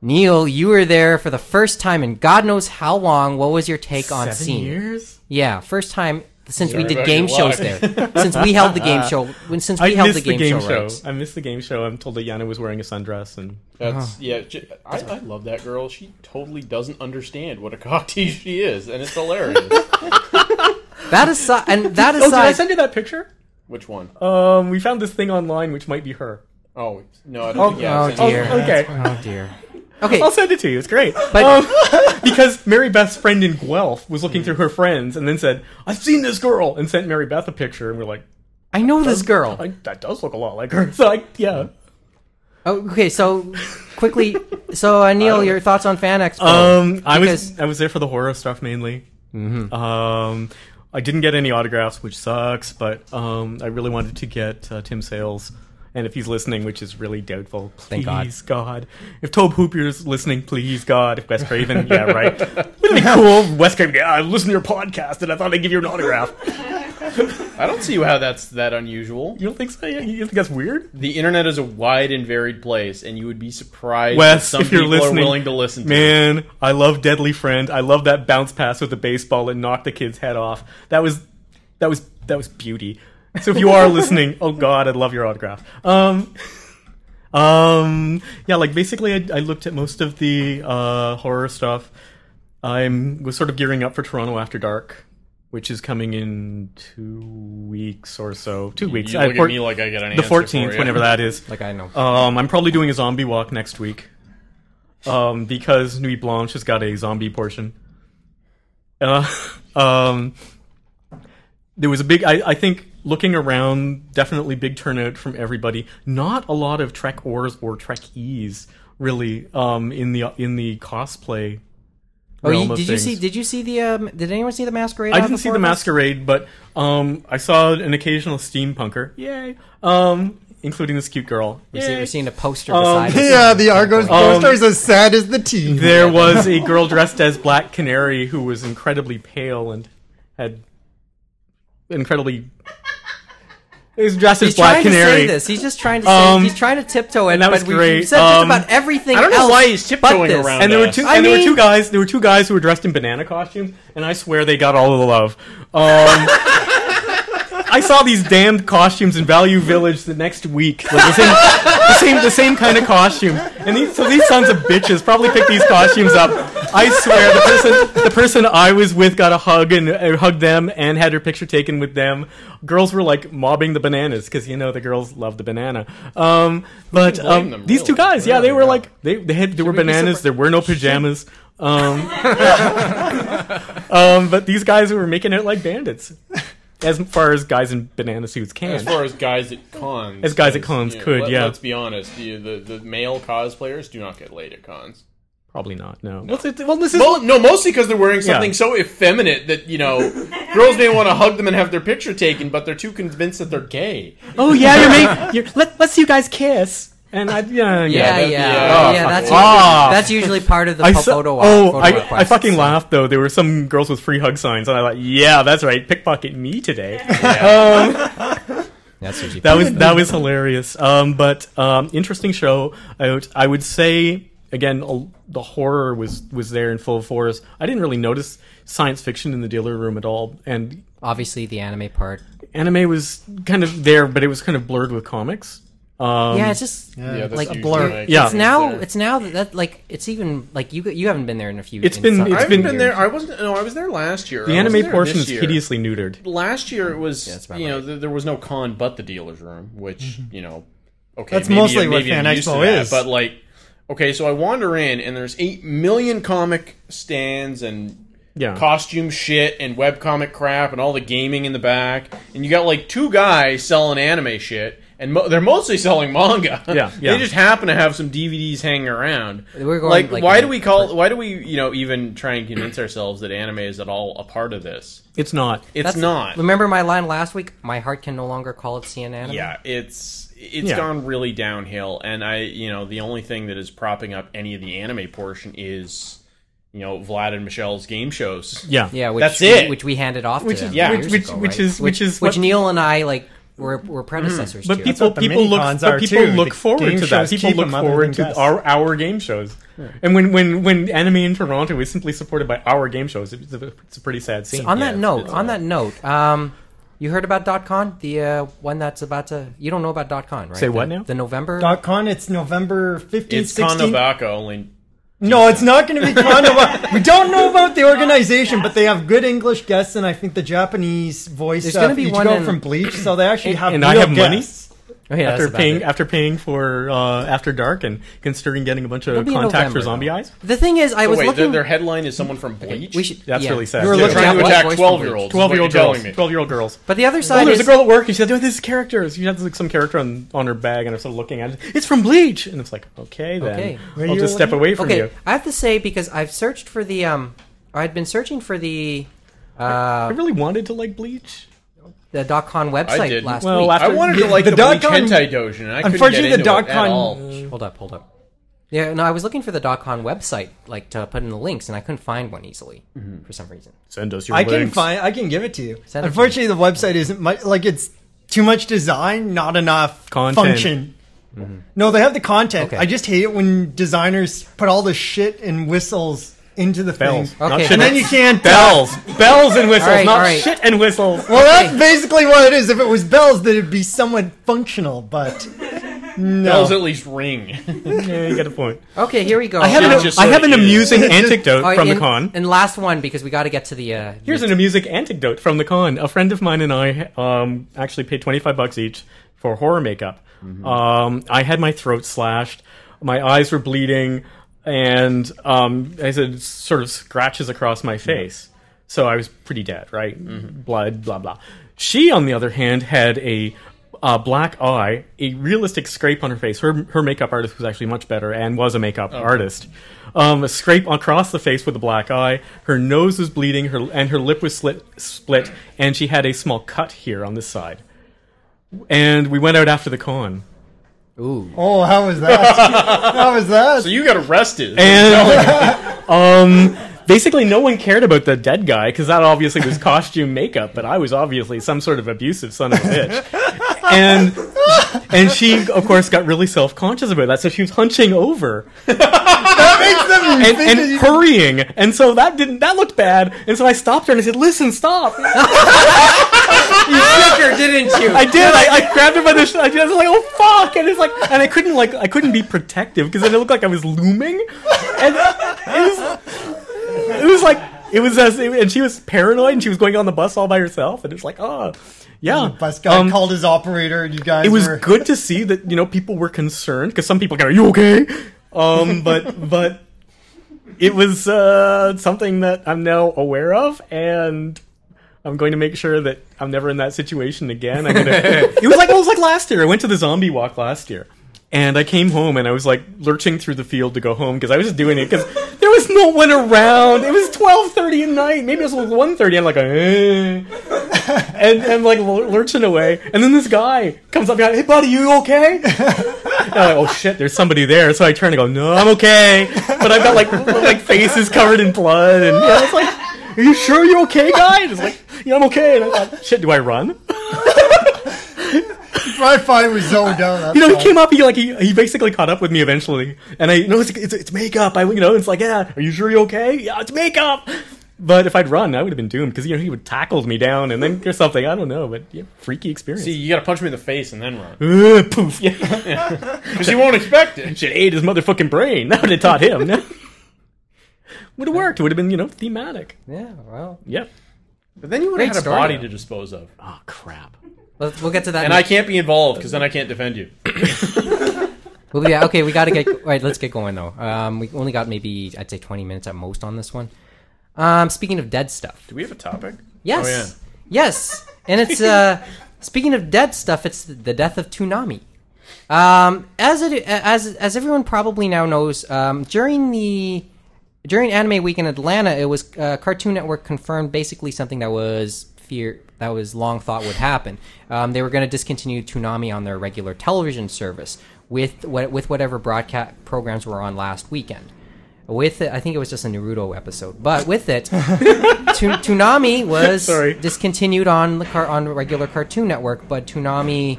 Speaker 4: Neil, you were there for the first time in God knows how long. What was your take on scene?
Speaker 2: years
Speaker 4: Yeah, first time since we did
Speaker 3: about
Speaker 4: game
Speaker 3: your
Speaker 4: shows there.
Speaker 3: life.
Speaker 4: since we held the game show. When since we
Speaker 2: I
Speaker 4: held
Speaker 2: missed
Speaker 4: the game, show. rights.
Speaker 2: I missed the game show. I'm told that Yana was wearing a sundress, and
Speaker 4: Oh.
Speaker 3: That's yeah. j- I, I love that girl. She totally doesn't understand what a cock tease she is, and it's hilarious.
Speaker 4: That aside, and that
Speaker 2: oh, did I
Speaker 4: aside,
Speaker 2: send you that picture?
Speaker 3: Which one?
Speaker 2: Um, we found this thing online, which might be her.
Speaker 3: Oh no, I don't think yeah,
Speaker 4: oh
Speaker 3: it's in-
Speaker 4: dear.
Speaker 2: okay.
Speaker 4: oh dear. Okay,
Speaker 2: I'll send it to you. It's great.
Speaker 4: But-
Speaker 2: Um, because Mary Beth's friend in Guelph was looking through her friends and then said, "I've seen this girl," and sent Mary Beth a picture, and we're like,
Speaker 4: I know this girl.
Speaker 2: um, I, "That does look a lot like her." So, I, yeah.
Speaker 4: Oh, okay, so quickly, so uh, Neil, your thoughts on Fan Expo?
Speaker 2: Um, I
Speaker 4: Because- Mm-hmm.
Speaker 2: was I was there for the horror stuff mainly. Um, I didn't get any autographs, which sucks, but um, I really wanted to get uh, Tim Sales. And if he's listening, which is really doubtful, please,
Speaker 4: Thank God.
Speaker 2: God. If Tobe Hoopier's listening, please, God. If Wes Craven, yeah, right. Wouldn't it be cool? Wes Craven, yeah, I listened to your podcast and I thought I'd give you an autograph.
Speaker 3: I don't see how that's that unusual.
Speaker 2: You don't think so? You you think that's weird?
Speaker 3: The internet is a wide and varied place, and you would be surprised that
Speaker 2: Wes,
Speaker 3: some
Speaker 2: if you're
Speaker 3: people
Speaker 2: listening,
Speaker 3: are willing to listen to it.
Speaker 2: man, I love Deadly Friend. I love that bounce pass with the baseball and knock the kid's head off. That was that was that was beauty. So if you are listening, oh god, I'd love your autograph. Um, um, yeah, like basically, I, I looked at most of the uh, horror stuff. I'm was sort of gearing up for Toronto After Dark, which is coming in two weeks or so. Two weeks.
Speaker 3: You
Speaker 2: I-
Speaker 3: look at
Speaker 2: four-
Speaker 3: me like I got an
Speaker 2: the
Speaker 3: answer for
Speaker 2: 14th,
Speaker 3: you.
Speaker 2: whenever that is.
Speaker 4: like I know.
Speaker 2: Um, I'm probably doing a zombie walk next week. um, because Nuit Blanche has got a zombie portion. Uh, um, there was a big, I, I think, looking around, definitely big turnout from everybody. Not a lot of Trek ors or Trekkies really um, in the in the cosplay.
Speaker 4: Oh,
Speaker 2: realm
Speaker 4: you,
Speaker 2: of
Speaker 4: did you
Speaker 2: things.
Speaker 4: see? Did you see the? Um, did anyone see the masquerade?
Speaker 2: I
Speaker 4: out
Speaker 2: didn't see the
Speaker 4: before this?
Speaker 2: masquerade, but um, I saw an occasional steampunker. Yay! Um, including this cute girl.
Speaker 4: We've seen,
Speaker 2: Yay.
Speaker 4: we've seen a poster
Speaker 2: Um,
Speaker 4: beside. us.
Speaker 5: Yeah, the
Speaker 3: Um,
Speaker 5: Argos poster is as sad as the team.
Speaker 2: There was a girl dressed as Black Canary who was incredibly pale and had incredibly. It was dressed
Speaker 4: He's
Speaker 2: as Black
Speaker 4: trying to
Speaker 2: Canary.
Speaker 4: say this. He's just trying to say.
Speaker 2: Um,
Speaker 4: he's trying to tiptoe it.
Speaker 2: and that was
Speaker 4: but we-
Speaker 2: great.
Speaker 4: We've said just
Speaker 2: Um,
Speaker 4: about everything.
Speaker 3: I don't know
Speaker 4: else
Speaker 3: why he's
Speaker 4: but
Speaker 3: tiptoeing
Speaker 4: this.
Speaker 3: around.
Speaker 2: And there were two.
Speaker 4: I
Speaker 2: and there were
Speaker 4: mean-
Speaker 2: two guys. There were two guys who were dressed in banana costumes, and I swear they got all of the love. Um, I saw these damned costumes in Value Village the next week. Like the, same, the same, the same kind of costumes. And these, so these sons of bitches probably picked these costumes up. I swear, the person, the person I was with got a hug and uh, hugged them and had her picture taken with them. Girls were like mobbing the bananas because you know the girls love the banana. Um, but
Speaker 3: blame
Speaker 2: um,
Speaker 3: them,
Speaker 2: these two
Speaker 3: really?
Speaker 2: guys, yeah, they
Speaker 3: Really,
Speaker 2: were
Speaker 3: yeah.
Speaker 2: like they they had there were
Speaker 4: we be
Speaker 2: bananas.
Speaker 4: surprised?
Speaker 2: There were no pajamas. Um, um, but these guys were making it like bandits, as far as guys in banana suits
Speaker 3: As
Speaker 2: can.
Speaker 3: far as guys at cons,
Speaker 2: As guys at
Speaker 3: 'cause,
Speaker 2: cons
Speaker 3: you know,
Speaker 2: could,
Speaker 3: let,
Speaker 2: yeah.
Speaker 3: Let's be honest. The, the the male cosplayers do not get laid at cons.
Speaker 2: Probably not. No. Well, th- well, this is
Speaker 3: Mo- no, mostly because they're wearing something
Speaker 2: Yeah.
Speaker 3: so effeminate that you know girls may want to hug them and have their picture taken, but they're too convinced that they're gay.
Speaker 2: oh yeah, you're making. You're, let let's see you guys kiss. And I yeah yeah.
Speaker 4: Yeah, yeah,
Speaker 3: that-
Speaker 4: yeah.
Speaker 3: yeah.
Speaker 4: that's,
Speaker 2: Oh,
Speaker 4: usually,
Speaker 2: fuck.
Speaker 4: that's usually part of the
Speaker 2: I
Speaker 4: po-
Speaker 2: saw-
Speaker 4: photo op.
Speaker 2: oh,
Speaker 4: photo
Speaker 2: I, I
Speaker 4: requests.
Speaker 2: fucking laughed though. There were some girls with free hug signs, and I thought, yeah, that's right, pickpocket me today.
Speaker 3: Um,
Speaker 4: That's usually
Speaker 2: that was that was hilarious. Um, but um, interesting show. I would, I would say again, a- the horror was was there in full force. I didn't really notice science fiction in the dealer room at all, and
Speaker 4: obviously the anime part.
Speaker 2: anime was kind of there, but it was kind of blurred with comics. Um,
Speaker 4: yeah, it's just
Speaker 3: Yeah, that's
Speaker 4: like a
Speaker 3: usually
Speaker 4: blur.
Speaker 3: like-
Speaker 2: Yeah.
Speaker 4: It's now.
Speaker 3: there.
Speaker 4: It's now that, that like it's even like you you haven't been there in a few.
Speaker 2: It's
Speaker 4: in
Speaker 2: been-
Speaker 4: some-
Speaker 2: it's
Speaker 3: I haven't
Speaker 2: been
Speaker 3: been there. I wasn't. No, I was there last year.
Speaker 2: the
Speaker 3: I wasn't
Speaker 2: anime
Speaker 3: there
Speaker 2: portion
Speaker 3: this
Speaker 2: is
Speaker 3: year.
Speaker 2: hideously neutered.
Speaker 3: Last year it was.
Speaker 4: that's about
Speaker 3: you know,
Speaker 4: right.
Speaker 3: th- there was no con but the dealer's room, which you know. Okay,
Speaker 5: That's
Speaker 3: maybe-
Speaker 5: mostly what
Speaker 3: maybe I'm
Speaker 5: Fan
Speaker 3: used to
Speaker 5: Expo
Speaker 3: that,
Speaker 5: is.
Speaker 3: But like, okay, so I wander in and there's eight million comic stands and
Speaker 2: Yeah,
Speaker 3: costume shit and webcomic crap and all the gaming in the back. And you got like two guys selling anime shit, and mo- they're mostly selling manga.
Speaker 2: Yeah, yeah.
Speaker 3: they just happen to have some DVDs hanging around.
Speaker 4: We're going,
Speaker 3: like,
Speaker 4: like,
Speaker 3: why
Speaker 4: in
Speaker 3: do
Speaker 4: a-
Speaker 3: we call? Why do we, you know, even try and convince ourselves that anime is at all a part of this?
Speaker 2: it's not.
Speaker 3: It's
Speaker 4: That's-
Speaker 3: not.
Speaker 4: Remember my line last week? My heart can no longer call it CN anime.
Speaker 3: Yeah, it's it's
Speaker 2: Yeah.
Speaker 3: gone really downhill, and I, you know, the only thing that is propping up any of the anime portion is, you know, Vlad and Michelle's game shows.
Speaker 2: yeah,
Speaker 4: Yeah, which
Speaker 3: That's
Speaker 4: we,
Speaker 3: it.
Speaker 4: Which we handed off
Speaker 2: Which
Speaker 4: to
Speaker 2: is-
Speaker 4: them
Speaker 2: yeah.
Speaker 4: years
Speaker 2: which-
Speaker 4: ago,
Speaker 2: which
Speaker 4: right?
Speaker 2: is- which is
Speaker 4: which
Speaker 2: what-
Speaker 4: Neil and I like were, were
Speaker 3: Mm-hmm.
Speaker 4: predecessors
Speaker 2: But
Speaker 4: to.
Speaker 2: people
Speaker 5: what the
Speaker 2: people look
Speaker 5: mini-cons
Speaker 2: but
Speaker 5: are,
Speaker 2: people
Speaker 5: too.
Speaker 2: look
Speaker 5: The
Speaker 2: forward
Speaker 5: game
Speaker 2: to that.
Speaker 5: shows
Speaker 2: People
Speaker 5: keep
Speaker 2: look
Speaker 5: them other
Speaker 2: forward
Speaker 5: than
Speaker 2: to
Speaker 5: best.
Speaker 2: our our game shows. And when when when anime in Toronto is simply supported by our game shows, it's a, it's a pretty sad scene.
Speaker 4: on that
Speaker 3: Yeah,
Speaker 4: note,
Speaker 3: it's
Speaker 4: on
Speaker 3: all-
Speaker 4: that note, um, you heard about .con, the uh, one that's about to. You don't know about .con, right?
Speaker 2: Say what
Speaker 4: The-
Speaker 2: now?
Speaker 4: The November.
Speaker 5: Dot con, it's November 15th,
Speaker 3: It's
Speaker 5: 16th.
Speaker 3: Kanobaka only.
Speaker 5: No, it's not going to be Kanaba. we don't know about the organization, but they have good English guests, and I think the Japanese voice
Speaker 4: There's
Speaker 5: uh,
Speaker 4: gonna be
Speaker 5: Ichigo
Speaker 4: one in-
Speaker 5: from Bleach, so they actually have
Speaker 2: and I
Speaker 5: real
Speaker 2: have money?
Speaker 5: guests.
Speaker 4: Oh, yeah, that's
Speaker 2: after
Speaker 4: about
Speaker 2: paying
Speaker 4: it.
Speaker 2: after paying for uh, After Dark and considering getting a bunch of
Speaker 4: It'll be in
Speaker 2: contacts for
Speaker 4: November,
Speaker 2: Zombie
Speaker 4: though.
Speaker 2: Eyes.
Speaker 4: The thing is, I
Speaker 3: Oh,
Speaker 4: was
Speaker 3: wait, their,
Speaker 4: looking.
Speaker 3: their headline is someone from Bleach.
Speaker 4: we should,
Speaker 2: That's
Speaker 4: yeah.
Speaker 2: really sad.
Speaker 5: You were
Speaker 2: Yeah.
Speaker 3: They're
Speaker 5: looking
Speaker 3: trying
Speaker 5: at
Speaker 3: to
Speaker 4: what
Speaker 3: attack
Speaker 4: voice from
Speaker 3: twelve year olds.
Speaker 2: Twelve year old
Speaker 3: telling
Speaker 2: girls.
Speaker 3: me.
Speaker 2: Twelve year old girls.
Speaker 4: But the other side
Speaker 2: Oh, there's
Speaker 4: is
Speaker 2: a girl at work. and She said, "Oh, "This is character." She has like some character on, on her bag, and I'm sort of looking at it. It's from Bleach, and it's like, okay, then
Speaker 4: Okay.
Speaker 5: Where
Speaker 2: I'll
Speaker 5: you
Speaker 2: just step
Speaker 5: looking?
Speaker 2: away from
Speaker 4: okay,
Speaker 2: you.
Speaker 4: I have to say because I've searched for the um, or I'd been searching for the
Speaker 2: I
Speaker 4: uh,
Speaker 2: really wanted to like Bleach.
Speaker 4: the dot .con website
Speaker 3: didn't.
Speaker 4: last
Speaker 2: Well,
Speaker 4: week.
Speaker 2: after
Speaker 3: I wanted to
Speaker 5: The-
Speaker 3: like the,
Speaker 5: the
Speaker 3: Bleach
Speaker 5: dot-com-
Speaker 3: hentai dojin. And I couldn't
Speaker 5: Unfortunately,
Speaker 3: get into
Speaker 5: the
Speaker 3: it
Speaker 5: dot
Speaker 3: at all.
Speaker 5: con.
Speaker 4: hold up, hold up. Yeah, no, I was looking for the dot .con website like to put in the links, and I couldn't find one easily
Speaker 2: Mm-hmm.
Speaker 4: for some reason.
Speaker 2: Send us your
Speaker 5: I can find. I can give it to you.
Speaker 4: Send it to
Speaker 5: Unfortunately, the website isn't much. Like it's too much design, not enough
Speaker 2: Content.
Speaker 5: function. No, they have the content.
Speaker 4: Mm-hmm. Okay.
Speaker 5: I just hate it when designers put all the shit and whistles into the
Speaker 2: bells.
Speaker 5: thing.
Speaker 2: Not
Speaker 4: Okay.
Speaker 2: shit
Speaker 5: And then you can't.
Speaker 2: bells, bells and whistles,
Speaker 4: All right,
Speaker 2: not
Speaker 4: all right.
Speaker 2: shit and whistles.
Speaker 5: Well, that's basically what it is. If it was bells, then it'd be somewhat functional. But no,
Speaker 3: Bells at least ring.
Speaker 2: yeah, you get a point.
Speaker 4: Okay, here we go.
Speaker 2: I have
Speaker 3: it
Speaker 4: Um,
Speaker 2: an,
Speaker 3: just
Speaker 2: I
Speaker 3: sort
Speaker 2: have
Speaker 3: of
Speaker 2: an
Speaker 3: is.
Speaker 2: amusing anecdote
Speaker 4: all right,
Speaker 2: from the
Speaker 4: and-
Speaker 2: con.
Speaker 4: and last one because we got to get to the. Uh,
Speaker 2: Here's an amusing anecdote from the con. A friend of mine and I um, actually paid 25 bucks each for horror makeup. Um, I had my throat slashed, my eyes were bleeding. and um, I said sort of scratches across my face. So I was pretty dead, right? Blood, blah blah. She, on the other hand, had a uh, black eye, a realistic scrape on her face. Her her makeup artist was actually much better and was a makeup artist. Um, a scrape across the face with a black eye. Her nose was bleeding. Her and her lip was slit, split, and she had a small cut here on this side. And we went out after the con.
Speaker 5: Oh, how was that? how was that?
Speaker 3: So you got arrested.
Speaker 2: And um, basically, no one cared about the dead guy because that obviously was costume makeup, but I was obviously some sort of abusive son of a bitch. And and she, of course, got really self conscious about that, so she was hunching over
Speaker 5: that makes them
Speaker 2: and, and hurrying, and so that didn't that looked bad, and so I stopped her and I said, "Listen, stop."
Speaker 4: You shook her, didn't you?
Speaker 2: I did. I, I grabbed her by the. Sh- I was like, "Oh fuck!" And it's like, and I couldn't like, I couldn't be protective because then it looked like I was looming, and it was, it was like, it was as, and she was paranoid and she was going on the bus all by herself, and it was like, oh, yeah.
Speaker 5: bus guy
Speaker 2: Um,
Speaker 5: called his operator, and you guys.
Speaker 2: it was
Speaker 5: were,
Speaker 2: good to see that you know people were concerned because some people go, "Are you okay?" Um, but but it was uh, something that I'm now aware of, and I'm going to make sure that I'm never in that situation again. I'm gonna, it was like it was like last year. I went to the zombie walk last year. And I came home and I was like lurching through the field to go home because I was just doing it because there was no one around. It was twelve thirty at night, maybe it was like one thirty. I'm like, eh and and like lur- lurching away. And then this guy comes up behind, hey buddy, you okay? and I'm like, oh shit, there's somebody there. So I turn and go, no, I'm okay. But I've got like like faces covered in blood, and yeah, it's like, are you sure you're okay, guy? And it's like, yeah, I'm okay. And I thought, shit, do I run?
Speaker 5: my fight was zoned down. That's
Speaker 2: You know, he came up. He like he, he basically caught up with me eventually, and I you know it's, it's it's makeup. I you know it's like yeah, are you sure you're okay? Yeah, it's makeup. But if I'd run, I would have been doomed because you know he would tackled me down and then or something. I don't know, but yeah, freaky experience.
Speaker 3: See, you got to punch me in the face and then run
Speaker 2: Uh, poof. Yeah.
Speaker 3: because you won't expect it.
Speaker 2: should aid his motherfucking brain. That would have taught him. would have worked. It would have been, you know, thematic.
Speaker 4: Yeah, well,
Speaker 2: Yep.
Speaker 3: But then you would
Speaker 4: Great
Speaker 3: have had a
Speaker 4: story,
Speaker 3: body
Speaker 4: though.
Speaker 3: to dispose of,
Speaker 2: Oh crap.
Speaker 4: let's, we'll get to that.
Speaker 3: and I can't be involved because then I can't defend you.
Speaker 4: Well, yeah, okay, we got to get. All right, let's get going though. Um, we only got maybe I'd say twenty minutes at most on this one. Um, speaking of dead stuff,
Speaker 3: Do we have a topic?
Speaker 4: yes,
Speaker 3: Oh,
Speaker 4: yes, and it's uh, speaking of dead stuff, it's the death of Toonami. Um, as it as as everyone probably now knows, um, during the during Anime Week in Atlanta, it was uh, Cartoon Network confirmed basically something that was fear that was long thought would happen. Um, they were going to discontinue Toonami on their regular television service with what with whatever broadcast programs were on last weekend. With it, I think it was just a Naruto episode, but with it, Toon- Toonami was
Speaker 2: Sorry.
Speaker 4: discontinued on the car- on regular Cartoon Network, but Toonami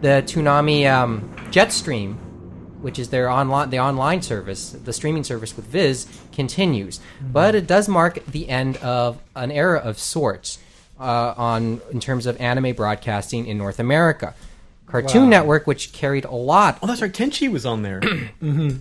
Speaker 4: the Toonami um, Jetstream, which is their online the online service, the streaming service with Viz, continues. But it does mark the end of an era of sorts uh, on in terms of anime broadcasting in North America. Cartoon Network, which carried a lot,
Speaker 2: Oh, that's right. Tenchi was on there. Oh,
Speaker 5: Yeah, it was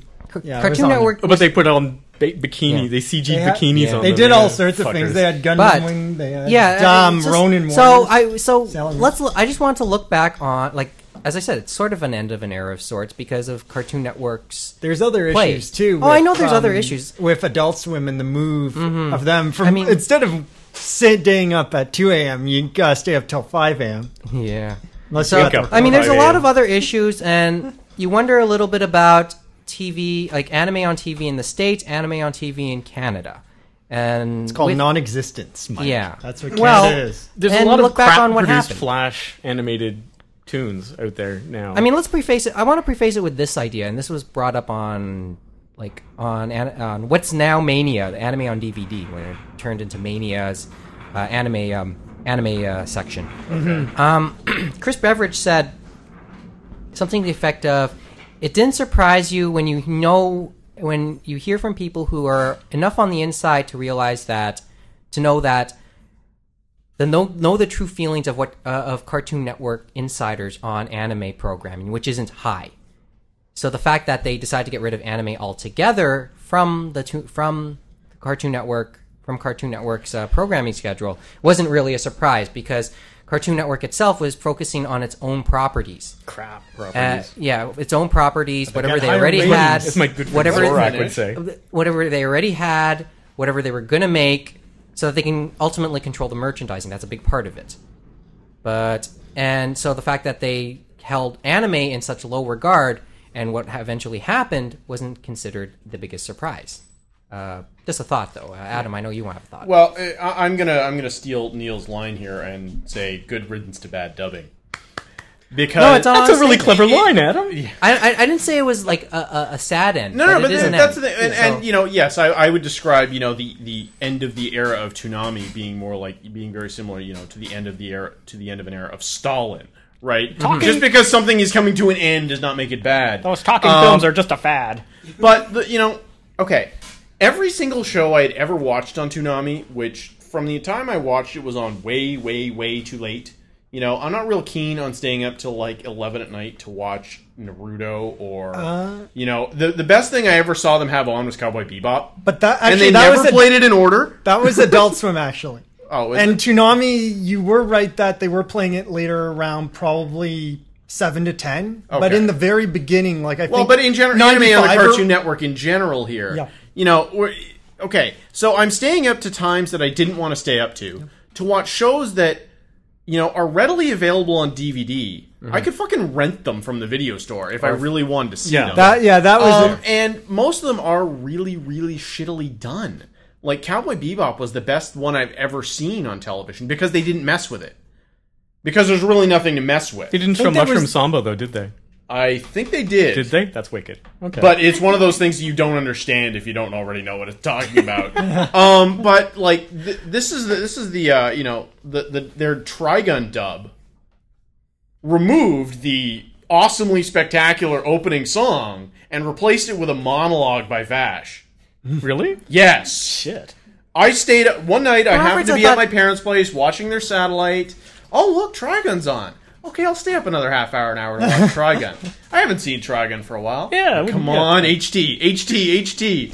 Speaker 4: Cartoon
Speaker 5: on-
Speaker 4: Network,
Speaker 2: but they put on ba- bikini.
Speaker 4: Yeah.
Speaker 2: They CG
Speaker 5: They had-
Speaker 2: bikinis
Speaker 4: yeah.
Speaker 2: on.
Speaker 5: They
Speaker 2: them,
Speaker 5: did
Speaker 2: yeah.
Speaker 5: all sorts of things.
Speaker 2: Fuckers.
Speaker 5: They had Gundam
Speaker 4: But-
Speaker 5: Wing. They had
Speaker 4: yeah, I mean,
Speaker 5: Dom
Speaker 4: it's just-
Speaker 5: Ronin.
Speaker 4: So
Speaker 5: Warriors.
Speaker 4: I so
Speaker 5: Salamander.
Speaker 4: let's. l- I just want to look back on like as I said, it's sort of an end of an era of sorts because of Cartoon Network's
Speaker 5: There's other
Speaker 4: Play.
Speaker 5: issues too. um,
Speaker 4: Oh, I know there's other issues.
Speaker 5: with Adult Swim and the move
Speaker 2: Mm-hmm.
Speaker 5: of them. From
Speaker 4: I mean-
Speaker 5: instead of staying up at 2 a.m., you gotta stay up till 5 a.m.
Speaker 4: yeah.
Speaker 5: Unless
Speaker 2: Wake
Speaker 5: you're
Speaker 2: up.
Speaker 4: I mean, there's a
Speaker 2: Right.
Speaker 4: lot of other issues, and you wonder a little bit about TV, like anime on TV in the States, anime on TV in Canada. And it's
Speaker 5: called non-existence. Mike.
Speaker 4: Yeah.
Speaker 5: that's what Canada
Speaker 4: Well,
Speaker 5: is.
Speaker 2: There's
Speaker 4: and
Speaker 2: a lot
Speaker 4: look
Speaker 2: of
Speaker 4: back
Speaker 2: crap
Speaker 4: on what
Speaker 2: produced
Speaker 4: happened.
Speaker 2: Flash animated tunes out there now.
Speaker 4: I mean, let's preface it. I want to preface it with this idea, and this was brought up on like on an- on what's now Mania, the anime on DVD, when it turned into Mania's uh, anime um, anime uh, section. Um, Chris Beveridge said something to the effect of, "It didn't surprise you when you know when you hear from people who are enough on the inside to realize that to know that." the know, know the true feelings of what uh, of Cartoon Network insiders on anime programming, which isn't high. So the fact that they decide to get rid of anime altogether from the tu- from Cartoon Network from Cartoon Network's uh, programming schedule wasn't really a surprise because Cartoon Network itself was focusing on its own properties.
Speaker 2: Crap.
Speaker 4: Uh, yeah, its own properties, whatever
Speaker 5: got
Speaker 4: they
Speaker 5: higher
Speaker 4: already
Speaker 5: ratings.
Speaker 4: had,
Speaker 2: That's my good friend
Speaker 4: whatever
Speaker 2: Zorak would say.
Speaker 4: whatever they already had, whatever they were gonna make, so that they can ultimately control the merchandising. That's a big part of it. But and so the fact that they held anime in such low regard and what ha- eventually happened wasn't considered the biggest surprise. Uh, just a thought, though, uh, Adam. I know you have a thought.
Speaker 3: Well, uh, I- I'm gonna I'm gonna steal Neil's line here and say good riddance to bad dubbing. Because
Speaker 4: No, it's all-
Speaker 2: That's a really
Speaker 4: Honestly,
Speaker 2: clever
Speaker 3: it-
Speaker 2: line, Adam.
Speaker 4: I, I, I didn't say it was like a, a, a sad end.
Speaker 3: No, no, but
Speaker 4: it is
Speaker 3: th-
Speaker 4: an
Speaker 3: that's
Speaker 4: end.
Speaker 3: the thing. And,
Speaker 4: So-
Speaker 3: and you know, yes, I, I would describe you know the the end of the era of Toonami being more like being very similar, you know, to the end of the era to the end of an era of Stalin, right? Just because something is coming to an end does not make it bad.
Speaker 7: Those talking
Speaker 3: Um,
Speaker 7: films are just a fad.
Speaker 3: But the, you know, okay, every single show I had ever watched on Toonami, which from the time I watched it was on way, way, way too late. You know, I'm not real keen on staying up till like 11 at night to watch Naruto or
Speaker 5: Uh,
Speaker 3: you know, the the best thing I ever saw them have on was Cowboy Bebop.
Speaker 5: But that actually
Speaker 3: and they
Speaker 5: that
Speaker 3: never
Speaker 5: was a-
Speaker 3: played it in order.
Speaker 5: That was Adult Swim, actually.
Speaker 3: Oh, is
Speaker 5: and
Speaker 3: it?
Speaker 5: Toonami, you were right that they were playing it later around probably seven to ten, but
Speaker 3: Okay.
Speaker 5: in the very beginning, like I
Speaker 3: Well,
Speaker 5: think,
Speaker 3: but in general, anime on the
Speaker 5: 95 or-
Speaker 3: Cartoon Network in general here,
Speaker 5: Yeah.
Speaker 3: you know, we're, okay, so I'm staying up to times that I didn't want to stay up to to watch shows that you know are readily available on DVD.
Speaker 2: Mm-hmm.
Speaker 3: I could fucking rent them from the video store if I really wanted to see
Speaker 2: Yeah.
Speaker 3: them.
Speaker 5: That yeah, that was
Speaker 3: Um,
Speaker 5: it.
Speaker 3: and most of them are really, really shittily done. Like Cowboy Bebop was the best one I've ever seen on television because they didn't mess with it. Because there's really nothing to mess with.
Speaker 2: They didn't show
Speaker 5: think there
Speaker 2: Mushroom
Speaker 5: was-
Speaker 2: Samba though, did they?
Speaker 3: I think they
Speaker 2: Did they? That's wicked. Okay.
Speaker 3: but it's one of those things you don't understand if you don't already know what it's talking about. um, but like th- this is the, this is the uh, you know the, the their Trigun dub removed the awesomely spectacular opening song and replaced it with a monologue by Vash.
Speaker 2: really?
Speaker 3: Yes,
Speaker 2: Shit.
Speaker 3: I stayed one night. I happened
Speaker 4: Roberts,
Speaker 3: to
Speaker 4: I
Speaker 3: be
Speaker 4: thought-
Speaker 3: at my parents' place watching their satellite. Oh look, Trigun's on. Okay, I'll stay up another half hour, an hour to watch Trigun. I haven't seen Trigun for a while.
Speaker 2: Yeah, we-
Speaker 3: come
Speaker 2: yeah.
Speaker 3: on, HT, HT, HT.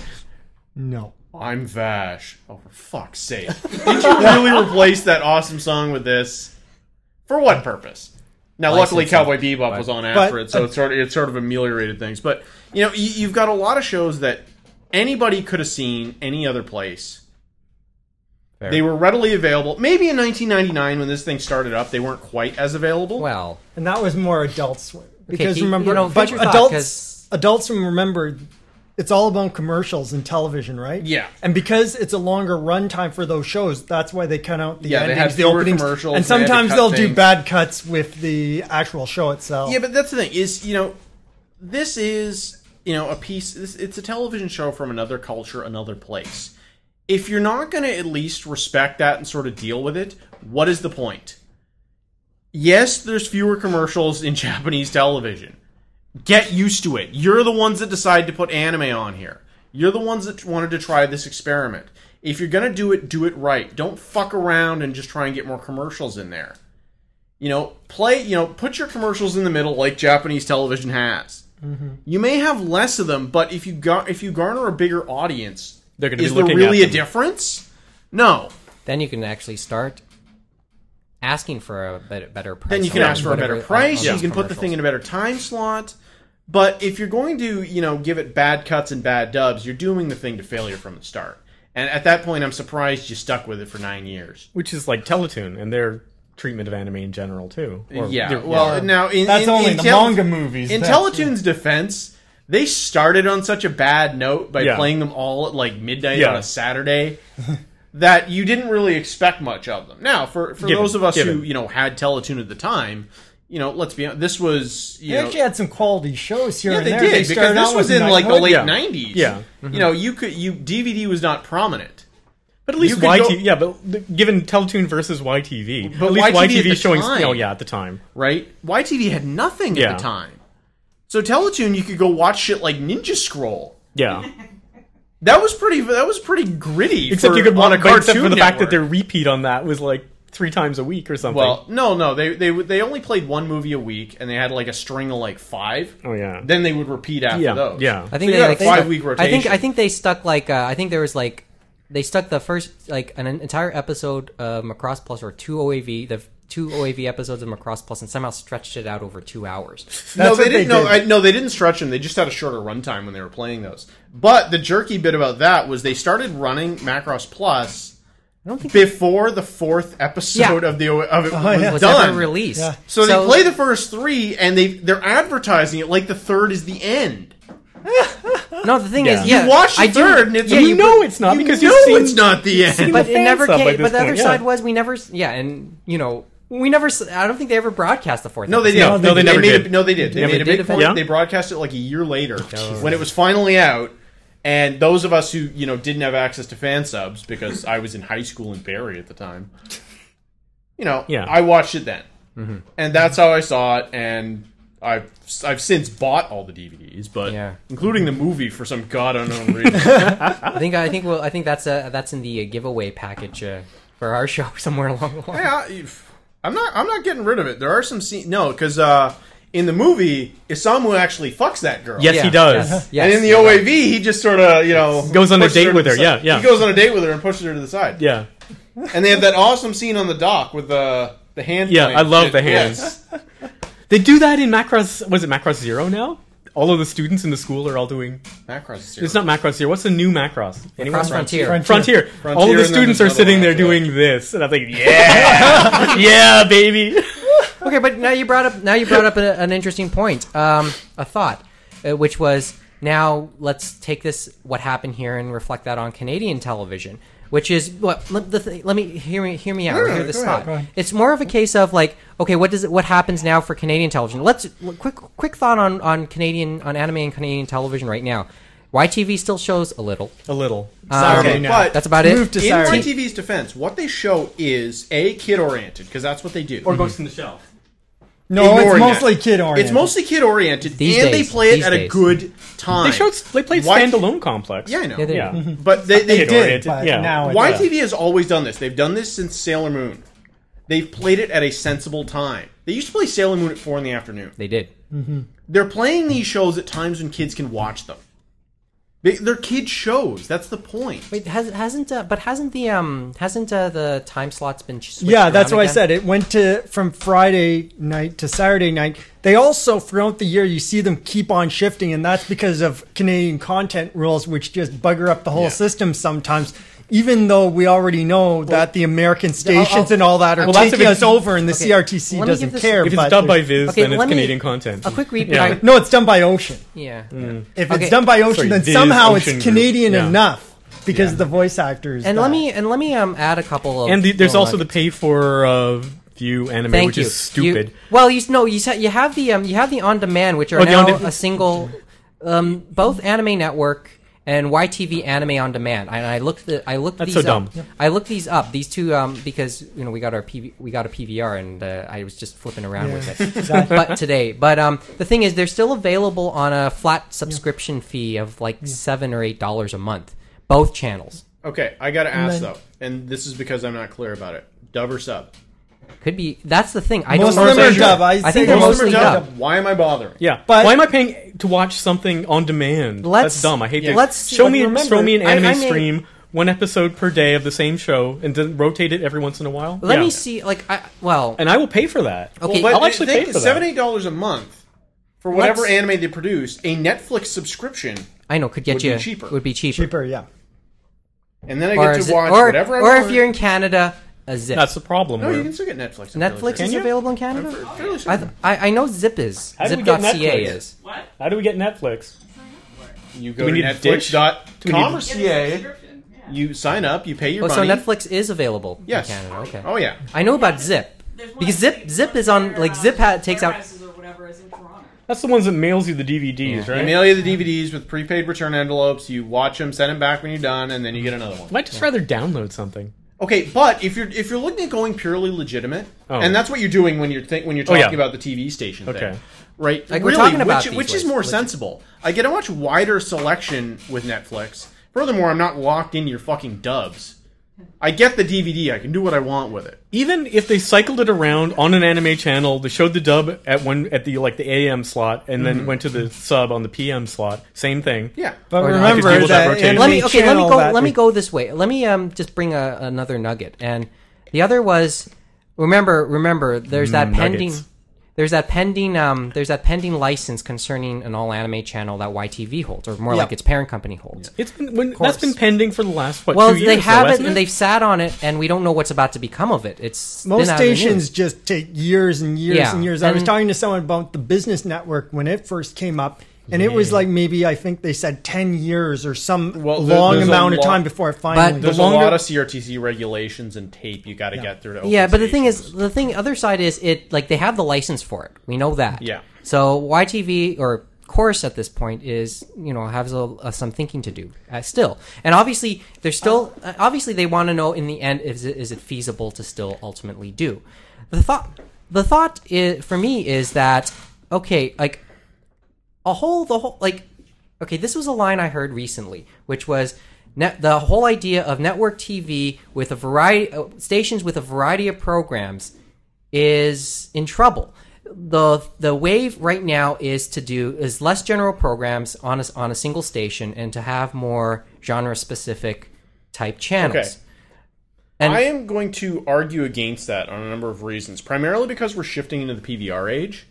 Speaker 5: No.
Speaker 3: I'm Vash. Oh, for fuck's sake! Did you really replace that awesome song with this? For what purpose? Now, luckily,
Speaker 4: Licensing.
Speaker 3: Cowboy Bebop was on after
Speaker 5: but-
Speaker 3: it, so it sort of it sort of ameliorated things. But you know, you, you've got a lot of shows that anybody could have seen any other place. They were readily available. Maybe in 1999, when this thing started up, they weren't quite as available.
Speaker 4: well,
Speaker 5: And that was more Adult Swim because
Speaker 4: keep-
Speaker 5: remember,
Speaker 4: you know, finish
Speaker 5: but
Speaker 4: your thought,
Speaker 5: adults,
Speaker 4: 'cause-
Speaker 5: Adult Swim, remember, it's all about commercials and television, right?
Speaker 3: Yeah.
Speaker 5: And because it's a longer run time for those shows, that's why they cut out the
Speaker 3: Yeah, they
Speaker 5: endings,
Speaker 3: had
Speaker 5: the
Speaker 3: fewer
Speaker 5: openings,
Speaker 3: commercials,
Speaker 5: and
Speaker 3: they had to
Speaker 5: sometimes
Speaker 3: cut
Speaker 5: they'll do
Speaker 3: things.
Speaker 5: bad cuts with the actual show itself.
Speaker 3: Yeah, but that's the thing is, you know, this is, you know, a piece. This, it's a television show from another culture, another place. If you're not going to at least respect that and sort of deal with it, what is the point? Yes, there's fewer commercials in Japanese television. Get used to it. You're the ones that decide to put anime on here. You're the ones that wanted to try this experiment. If you're going to do it, do it right. Don't fuck around and just try and get more commercials in there you know play you know put your commercials in the middle like japanese television has
Speaker 2: Mm-hmm.
Speaker 3: you may have less of them but if you gar- if you garner a bigger audience
Speaker 2: They're gonna be
Speaker 3: is there
Speaker 2: looking
Speaker 3: really
Speaker 2: at
Speaker 3: a
Speaker 2: them.
Speaker 3: difference no
Speaker 4: then you can actually start asking for a better, better price.
Speaker 3: then you can
Speaker 4: on
Speaker 3: ask for a
Speaker 4: whatever-
Speaker 3: better
Speaker 4: on-
Speaker 3: price
Speaker 4: on
Speaker 3: you
Speaker 4: those
Speaker 3: can put the
Speaker 4: commercials.
Speaker 3: thing in a better time slot but if you're going to you know give it bad cuts and bad dubs you're doing the thing to failure from the start and at that point i'm surprised you stuck with it for nine years
Speaker 2: Which is like Teletoon and their treatment of anime in general too. Or
Speaker 3: yeah
Speaker 2: their-
Speaker 3: well now in,
Speaker 5: That's
Speaker 3: in-
Speaker 5: only
Speaker 3: in
Speaker 5: the
Speaker 3: Tele-
Speaker 5: manga movies.
Speaker 3: In
Speaker 5: that-
Speaker 3: Teletoon's defense, they started on such a bad note by
Speaker 2: Yeah.
Speaker 3: playing them all at like midnight
Speaker 2: Yeah.
Speaker 3: on a Saturday that you didn't really expect much of them. Now, for, for
Speaker 2: Given,
Speaker 3: those of us who
Speaker 2: given.
Speaker 3: you know had Teletoon at the time, you know, let's be honest, this was you
Speaker 5: They
Speaker 3: know,
Speaker 5: actually had some quality shows here
Speaker 3: yeah,
Speaker 5: and
Speaker 3: they
Speaker 5: there.
Speaker 3: did
Speaker 5: They
Speaker 3: because
Speaker 5: started
Speaker 3: this
Speaker 5: out
Speaker 3: was
Speaker 5: with
Speaker 3: in like the
Speaker 5: Nighthawk.
Speaker 3: late
Speaker 2: Yeah.
Speaker 3: '90s.
Speaker 2: Yeah. Mm-hmm.
Speaker 3: you know, you could you DVD was not prominent, but at
Speaker 2: At
Speaker 3: least
Speaker 2: least
Speaker 3: you could go-
Speaker 2: YTV, yeah, but th- given Teletoon versus YTV,
Speaker 3: But
Speaker 2: at least
Speaker 3: YTV at the
Speaker 2: YTV is showing.
Speaker 3: time.
Speaker 2: Oh yeah, at the time.
Speaker 3: right? YTV had nothing
Speaker 2: Yeah.
Speaker 3: at the time. So Teletoon, you could go watch shit like Ninja Scroll.
Speaker 2: Yeah,
Speaker 3: That was pretty. That was pretty gritty.
Speaker 2: except
Speaker 3: for,
Speaker 2: you could
Speaker 3: on
Speaker 2: want
Speaker 3: a
Speaker 2: to
Speaker 3: cartoon
Speaker 2: except for the fact that
Speaker 3: network.
Speaker 2: their repeat on that was like three times a week or something.
Speaker 3: Well, no, no, they they would- they only played one movie a week, and they had like a string of like five.
Speaker 2: oh yeah,
Speaker 3: Then they would repeat after
Speaker 2: yeah,
Speaker 3: those.
Speaker 2: yeah.
Speaker 4: I think
Speaker 3: So you
Speaker 4: they
Speaker 3: got a
Speaker 4: like,
Speaker 3: five
Speaker 4: stuck-
Speaker 3: week
Speaker 4: I think I
Speaker 3: rotation.
Speaker 4: think they stuck like uh, I think there was like they stuck the first like an entire episode of Macross Plus or two OAV the two OAV episodes of Macross Plus and somehow stretched it out over two hours.
Speaker 3: No,
Speaker 5: That's
Speaker 3: they
Speaker 5: what
Speaker 3: didn't.
Speaker 5: they
Speaker 3: No,
Speaker 5: did.
Speaker 3: I, no, they didn't stretch them. They just had a shorter runtime when they were playing those. But the jerky bit about that was they started running Macross Plus
Speaker 4: I don't think
Speaker 3: before the fourth episode
Speaker 4: Yeah.
Speaker 3: of the of it was
Speaker 5: yeah.
Speaker 4: it was
Speaker 3: done.
Speaker 4: ever released.
Speaker 5: Yeah.
Speaker 3: So, they play the first three, and they they're advertising it like the third is the end.
Speaker 4: No, the thing is,
Speaker 2: Yeah.
Speaker 4: yeah,
Speaker 3: You watch the
Speaker 4: I do-
Speaker 3: third, and it's
Speaker 4: yeah,
Speaker 2: you,
Speaker 4: you
Speaker 2: know it's not because
Speaker 3: you
Speaker 2: you've
Speaker 3: know
Speaker 2: seen
Speaker 3: it's not the end.
Speaker 2: seen
Speaker 4: but
Speaker 2: the
Speaker 4: it
Speaker 2: fan
Speaker 4: never
Speaker 2: sub
Speaker 4: came.
Speaker 2: by
Speaker 4: But
Speaker 2: this
Speaker 4: the
Speaker 2: point,
Speaker 4: other
Speaker 2: yeah.
Speaker 4: side was we never. s- Yeah, and you know we never. s- I don't think they ever broadcast the fourth.
Speaker 3: No, they
Speaker 4: episode.
Speaker 3: didn't.
Speaker 2: No, they never
Speaker 3: made
Speaker 2: did. Oh,
Speaker 3: A, no, they did. They
Speaker 2: Yeah,
Speaker 3: made
Speaker 4: they
Speaker 3: a big
Speaker 4: did
Speaker 3: point.
Speaker 2: eventually.
Speaker 3: They broadcast it like a year later when it was finally out. And those of us who you know didn't have access to fan subs because I was in high school in Barrie at the time, you know,
Speaker 2: Yeah. Mm-hmm.
Speaker 3: I watched it then, and that's how I saw it. And I've I've since bought all the DVDs, but
Speaker 4: Yeah.
Speaker 3: including the movie for some god unknown reason.
Speaker 4: I think I think well I think that's uh that's in the uh, giveaway package uh, for our show somewhere along the line.
Speaker 3: Yeah, if- I'm not. I'm not getting rid of it. There are some scenes. No, because uh, in the movie, Isamu actually fucks that girl.
Speaker 2: Yes, he
Speaker 4: Yeah,
Speaker 2: does.
Speaker 4: yes, yes,
Speaker 3: and in the
Speaker 4: you're
Speaker 3: OAV,
Speaker 4: right.
Speaker 3: he just sort of you know
Speaker 2: Goes on a
Speaker 3: pushes
Speaker 2: date
Speaker 3: to
Speaker 2: with
Speaker 3: the
Speaker 2: her,
Speaker 3: side.
Speaker 2: yeah, yeah.
Speaker 3: He goes on a date with her and pushes her to the side.
Speaker 2: Yeah,
Speaker 3: And they have that awesome scene on the dock with the the hand.
Speaker 2: yeah.
Speaker 3: plant
Speaker 2: I love
Speaker 3: shit.
Speaker 2: the hands.
Speaker 3: Yes.
Speaker 2: They do that in Macross. Was it Macross Zero now? All of the students in the school are all doing.
Speaker 3: Macross is
Speaker 2: It's not Macross Zero. What's the new Macross? Anyone?
Speaker 4: Cross Frontier.
Speaker 2: Frontier.
Speaker 3: Frontier,
Speaker 2: All of
Speaker 3: and
Speaker 2: the
Speaker 3: then
Speaker 2: students are
Speaker 3: there's another
Speaker 2: sitting
Speaker 3: one
Speaker 2: there
Speaker 3: after that.
Speaker 2: doing this, and I'm like, yeah, yeah, baby.
Speaker 4: Okay, but now you brought up now you brought up a, an interesting point, um, a thought, uh, which was now let's take this what happened here and reflect that on Canadian television, which is what let, the th- let me hear me hear me out or
Speaker 3: yeah,
Speaker 4: hear this
Speaker 3: go ahead,
Speaker 4: thought. It's more of a case of like okay, what does it, what happens now for Canadian television? Let's l- quick quick thought on on Canadian on anime and Canadian television right now. YTV still shows a little.
Speaker 2: A little.
Speaker 4: Uh,
Speaker 3: okay,
Speaker 5: now.
Speaker 3: but
Speaker 4: That's about it.
Speaker 5: Move to
Speaker 3: in
Speaker 5: Sorry.
Speaker 3: YTV's defense, what they show is a kid oriented because that's what they do.
Speaker 2: Or Ghost in the Shell.
Speaker 5: No, it's
Speaker 3: ignoring that.
Speaker 5: mostly kid oriented.
Speaker 3: It's mostly kid oriented, and
Speaker 4: These
Speaker 3: they
Speaker 4: days,
Speaker 3: play it
Speaker 4: these
Speaker 3: at a
Speaker 4: days.
Speaker 3: good time.
Speaker 2: They showed. They played
Speaker 3: Why-
Speaker 2: standalone complex.
Speaker 3: Yeah, I know.
Speaker 4: Yeah, they-
Speaker 2: Yeah. Mm-hmm.
Speaker 3: But they, they
Speaker 2: Kid
Speaker 3: did.
Speaker 2: oriented,
Speaker 5: but
Speaker 2: yeah.
Speaker 5: now it's
Speaker 3: YTV has always done this. They've done this since Sailor Moon. They've played it at a sensible time. They used to play Sailor Moon at four in the afternoon.
Speaker 4: They did.
Speaker 3: They're playing these shows at times when kids can watch them. They, they're kid shows. That's the point.
Speaker 4: Wait, has, hasn't uh, but hasn't the um hasn't uh, the time slots been switched
Speaker 5: yeah, that's
Speaker 4: around
Speaker 5: what I
Speaker 4: again?
Speaker 5: said. It went to from Friday night to Saturday night. They also throughout the year you see them keep on shifting, and that's because of Canadian content rules, which just bugger up the whole
Speaker 3: Yeah.
Speaker 5: system sometimes. Even though we already know that the American stations and all that are
Speaker 2: Well, that's if
Speaker 5: taking
Speaker 2: it's-
Speaker 5: us over, and the
Speaker 4: okay, let
Speaker 5: CRTC
Speaker 4: me
Speaker 5: doesn't
Speaker 4: give this-
Speaker 5: care.
Speaker 2: If it's
Speaker 5: but
Speaker 2: dubbed by
Speaker 5: there's-
Speaker 2: Viz,
Speaker 4: Okay,
Speaker 2: then it's
Speaker 4: let me-
Speaker 2: Canadian content.
Speaker 4: A quick read.
Speaker 2: Yeah. Mm.
Speaker 4: Yeah.
Speaker 5: no, it's done by Ocean.
Speaker 4: yeah.
Speaker 5: If
Speaker 4: Okay.
Speaker 5: it's done by Ocean,
Speaker 2: Sorry,
Speaker 5: then
Speaker 2: Viz,
Speaker 5: somehow
Speaker 2: Ocean
Speaker 5: it's
Speaker 2: Group.
Speaker 5: Canadian
Speaker 2: Yeah.
Speaker 5: enough because the voice actors.
Speaker 4: And let
Speaker 5: got it.
Speaker 4: me and let me um add a couple of
Speaker 2: And the, there's
Speaker 4: little
Speaker 2: also the
Speaker 4: nuggets.
Speaker 2: pay for uh, view anime,
Speaker 4: thank
Speaker 2: which
Speaker 4: you.
Speaker 2: is stupid.
Speaker 4: You- well, you s- no you sa- you have the um you have the on demand which are
Speaker 2: Oh, the
Speaker 4: now
Speaker 2: on-de-
Speaker 4: a single um both Anime Network and YTV Anime on Demand. And I looked the I looked
Speaker 2: That's
Speaker 4: these
Speaker 2: so dumb.
Speaker 4: up. I looked these up these two um because you know we got our PV, we got a PVR and uh, I was just flipping around with it. uh, but today, but um the thing is they're still available on a flat subscription fee of like 7 or 8 dollars a month. Both channels.
Speaker 3: Okay, I gotta ask
Speaker 5: then-
Speaker 3: though, and this is because I'm not clear about it. Dub or sub?
Speaker 4: Could be. That's the thing. I
Speaker 5: Most
Speaker 4: don't know.
Speaker 5: of them
Speaker 4: for
Speaker 5: are
Speaker 4: sure.
Speaker 5: dub. I
Speaker 4: I
Speaker 5: say
Speaker 4: think they're
Speaker 5: most
Speaker 3: Most of
Speaker 4: mostly
Speaker 3: them are
Speaker 4: dub.
Speaker 3: dub. Why am I bothering?
Speaker 2: yeah.
Speaker 5: But-
Speaker 2: Why am I paying to watch something on demand?
Speaker 4: Let's-
Speaker 2: That's dumb. I hate
Speaker 4: yeah.
Speaker 2: that.
Speaker 4: let's-
Speaker 2: show
Speaker 4: but
Speaker 2: me
Speaker 4: remember-
Speaker 2: show me an
Speaker 4: I-
Speaker 2: anime
Speaker 4: I may-
Speaker 2: stream one episode per day of the same show and then rotate it every once in a while.
Speaker 4: Let
Speaker 2: Yeah.
Speaker 4: me see. Like, I well,
Speaker 2: And I will pay for that.
Speaker 4: okay.
Speaker 3: Well, but
Speaker 2: I'll actually
Speaker 3: think
Speaker 2: pay for that.
Speaker 3: seven eight dollars a month for whatever
Speaker 4: Let's-
Speaker 3: anime they produce. A Netflix subscription,
Speaker 4: I know could get
Speaker 3: would be
Speaker 4: you
Speaker 3: cheaper.
Speaker 4: Would be cheaper.
Speaker 5: cheaper, yeah.
Speaker 3: and then I
Speaker 4: Or,
Speaker 3: get
Speaker 4: is
Speaker 3: to
Speaker 4: it-
Speaker 3: watch
Speaker 4: or,
Speaker 3: whatever. I
Speaker 4: or
Speaker 3: want.
Speaker 4: if you're in Canada, a zip.
Speaker 2: That's the problem.
Speaker 3: no,
Speaker 2: where-
Speaker 3: you can still get Netflix. I'm fairly
Speaker 4: Netflix
Speaker 3: certain.
Speaker 4: is
Speaker 2: you?
Speaker 4: available in
Speaker 3: I'm
Speaker 4: Canada.
Speaker 3: fa- fairly
Speaker 4: I,
Speaker 3: certain.
Speaker 4: th- I I know Zip is.
Speaker 2: How do we get
Speaker 4: Zip.ca
Speaker 2: Netflix?
Speaker 4: is.
Speaker 6: What?
Speaker 2: How do we get Netflix?
Speaker 3: You go
Speaker 2: we
Speaker 3: to
Speaker 2: need to ditch? Do we need
Speaker 3: netflix.com
Speaker 2: to-
Speaker 3: or
Speaker 6: Get a
Speaker 3: CA.
Speaker 6: subscription, yeah.
Speaker 3: You sign up, you pay your
Speaker 4: Oh, so
Speaker 3: money.
Speaker 4: Netflix is available
Speaker 3: Yes.
Speaker 4: in Canada. Okay.
Speaker 3: Oh yeah.
Speaker 4: I know about Zip
Speaker 6: There's one
Speaker 4: because
Speaker 6: at
Speaker 4: Zip
Speaker 6: the
Speaker 4: Zip is on like Zip ha-
Speaker 6: warehouse-
Speaker 4: takes out.
Speaker 6: warehouses or whatever is in Toronto.
Speaker 2: That's the ones that mails you the DVDs,
Speaker 3: They
Speaker 2: right?
Speaker 3: mail you the DVDs with prepaid return envelopes. You watch them, send them back when you're done, and then you get another one.
Speaker 2: Might just rather download something.
Speaker 3: Okay, but if you're if you're looking at going purely legitimate,
Speaker 2: Oh.
Speaker 3: and that's what you're doing when you're think when you're
Speaker 2: Oh,
Speaker 3: talking
Speaker 2: yeah.
Speaker 3: about the TV station
Speaker 2: Okay.
Speaker 3: thing, right?
Speaker 4: Like, we're
Speaker 3: really,
Speaker 4: talking about
Speaker 3: which,
Speaker 4: these
Speaker 3: which is
Speaker 4: ways,
Speaker 3: more
Speaker 4: legit.
Speaker 3: sensible? I get a much wider selection with Netflix. Furthermore, I'm not locked into your fucking dubs. I get the DVD. I can do what I want with it.
Speaker 2: Even if they cycled it around on an anime channel, they showed the dub at one at the like the AM slot and then went to the sub on the PM slot. Same thing.
Speaker 3: Yeah.
Speaker 5: But
Speaker 4: Or not.
Speaker 5: remember
Speaker 2: I could deal with that
Speaker 5: that,
Speaker 2: rotation.
Speaker 5: anime
Speaker 4: Let me okay. Let me
Speaker 5: channel
Speaker 4: go.
Speaker 5: that
Speaker 4: Let me
Speaker 5: we-
Speaker 4: go this way. Let me um just bring a, another nugget. And the other was Remember, remember. There's that
Speaker 2: Mm,
Speaker 4: pending.
Speaker 2: nuggets.
Speaker 4: There's that pending. Um, there's that pending license concerning an all anime channel that YTV holds, or more
Speaker 5: Yeah.
Speaker 4: like its parent company holds.
Speaker 2: It's been when, that's been pending for the last what
Speaker 4: Well,
Speaker 2: two years.
Speaker 4: they
Speaker 2: though,
Speaker 4: have it,
Speaker 2: hasn't
Speaker 4: and they've sat on it, and we don't know what's about to become of it. It's been
Speaker 5: Most
Speaker 4: out of the news.
Speaker 5: stations just take years and years
Speaker 4: Yeah,
Speaker 5: and years. I was
Speaker 4: and-
Speaker 5: talking to someone about the business network when it first came up, and it was like maybe I think they said ten years or some
Speaker 3: Well, there-
Speaker 5: long
Speaker 3: there's a
Speaker 5: amount of
Speaker 3: lot-
Speaker 5: time before it finally.
Speaker 4: the
Speaker 3: There's
Speaker 4: longer-
Speaker 3: a lot of CRTC regulations and tape you got to get through to. Open
Speaker 4: Yeah, but the thing
Speaker 3: stations.
Speaker 4: is, the thing other side is it like they have the license for it. We know that.
Speaker 3: Yeah.
Speaker 4: So YTV or Course at this point is you know has a, a, some thinking to do uh, still, and obviously they're still uh, obviously they want to know in the end is it, is it feasible to still ultimately do. The thought the thought is, for me is that okay like a whole the whole like okay this was a line i heard recently which was net, the whole idea of network tv with a variety uh, stations with a variety of programs is in trouble the the wave right now is to do is less general programs on a, on a single station and to have more genre specific type channels
Speaker 3: Okay.
Speaker 4: and
Speaker 3: I am going to argue against that on a number of reasons, primarily because we're shifting into the PVR age.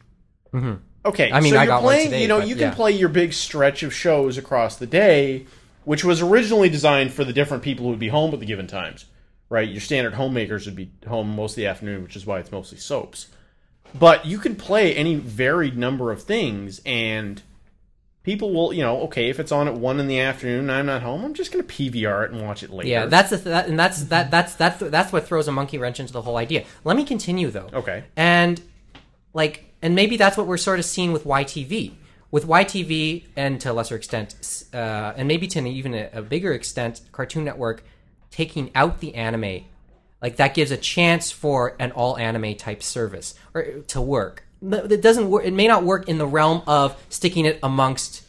Speaker 3: Okay,
Speaker 4: Mm-hmm. I mean,
Speaker 3: so
Speaker 4: I
Speaker 3: you're
Speaker 4: got one
Speaker 3: playing.
Speaker 4: today,
Speaker 3: you know,
Speaker 4: but
Speaker 3: you
Speaker 4: yeah.
Speaker 3: can play your big stretch of shows across the day, which was originally designed for the different people who would be home at the given times. Right, your standard homemakers would be home most of the afternoon, which is why it's mostly soaps. But you can play any varied number of things, and people will, you know, okay, if it's on at one in the afternoon, and I'm not home. I'm just going to PVR it and watch it later.
Speaker 4: Yeah, that's the th- that, and that's that that's that's that's what throws a monkey wrench into the whole idea. Let me continue though.
Speaker 3: Okay.
Speaker 4: And like, and maybe that's what we're sort of seeing with YTV, with YTV, and to a lesser extent, s- uh, and maybe to an even a, a bigger extent, Cartoon Network taking out the anime, like that gives a chance for an all anime type service or to work. But It doesn't work. It may not work in the realm of sticking it amongst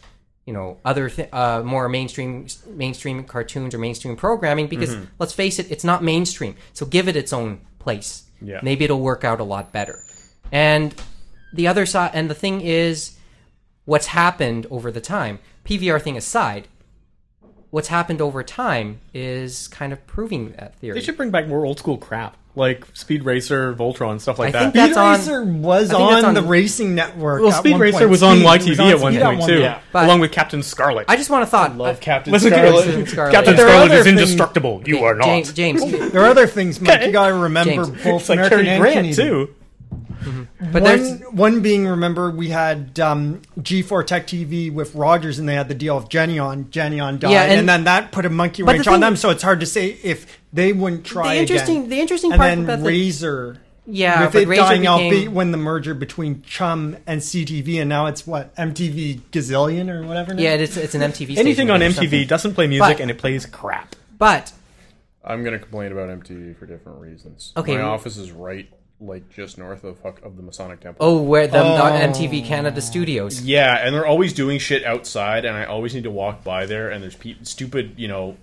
Speaker 4: you know other th- uh, more mainstream mainstream cartoons or mainstream programming because let's face it it's not mainstream so give it its own place
Speaker 3: Yeah.
Speaker 4: maybe it'll work out a lot better and the other side and the thing is what's happened over the time pvr thing aside what's happened over time is kind of proving that theory
Speaker 2: They should bring back more old school crap like Speed Racer, Voltron, stuff like
Speaker 4: I
Speaker 2: that.
Speaker 4: think
Speaker 5: Speed
Speaker 4: that's on-
Speaker 5: Racer was
Speaker 4: I think that's
Speaker 5: on,
Speaker 4: on-
Speaker 5: the racing network.
Speaker 2: well,
Speaker 5: at
Speaker 2: Speed
Speaker 5: one
Speaker 2: Racer
Speaker 5: point.
Speaker 2: was on YTV
Speaker 5: Speed
Speaker 2: at one
Speaker 5: Speed
Speaker 2: point
Speaker 5: one
Speaker 2: too,
Speaker 5: point.
Speaker 4: But-
Speaker 2: along with Captain Scarlet.
Speaker 4: i just want a thought Uh,
Speaker 3: Love Captain
Speaker 2: Listen,
Speaker 3: Scarlet.
Speaker 4: Captain Scarlet.
Speaker 2: Captain
Speaker 4: There
Speaker 5: are
Speaker 2: Scarlet
Speaker 5: other
Speaker 2: is
Speaker 5: things-
Speaker 2: indestructible. You are not.
Speaker 4: james, james
Speaker 5: There are other things, Mike. You gotta remember
Speaker 4: James.
Speaker 5: both
Speaker 2: It's like
Speaker 5: American
Speaker 2: Cary
Speaker 5: and
Speaker 2: Grant
Speaker 5: Canadian.
Speaker 2: too.
Speaker 4: but
Speaker 5: one,
Speaker 4: there's
Speaker 5: one being, remember, we had um, G4 Tech TV with Rogers, and they had the deal of Genion. Genion died,
Speaker 4: Yeah,
Speaker 5: and,
Speaker 4: and-
Speaker 5: then that put a monkey
Speaker 4: But the
Speaker 5: wrench on
Speaker 4: thing-
Speaker 5: them. So it's hard to say if they wouldn't try.
Speaker 4: The interesting-
Speaker 5: again.
Speaker 4: the interesting
Speaker 5: and
Speaker 4: part
Speaker 5: then
Speaker 4: about the-
Speaker 5: Razor,
Speaker 4: yeah
Speaker 5: with
Speaker 4: but
Speaker 5: it
Speaker 4: Razor
Speaker 5: dying out be-
Speaker 4: became-
Speaker 5: when the merger between Chum and CTV, and now it's what MTV Gazillion or whatever. now?
Speaker 4: yeah it's, it's an mtv station
Speaker 2: Anything on
Speaker 4: or
Speaker 2: MTV
Speaker 4: something.
Speaker 2: doesn't play music
Speaker 4: But-
Speaker 2: and it plays crap.
Speaker 4: but
Speaker 3: I'm gonna complain about MTV for different reasons.
Speaker 4: Okay.
Speaker 3: my office is right, like just north of Huck- of the Masonic Temple.
Speaker 4: Oh, where the, the MTV Canada studios.
Speaker 3: yeah, and they're always doing shit outside, and I always need to walk by there, and there's pe- stupid, you know.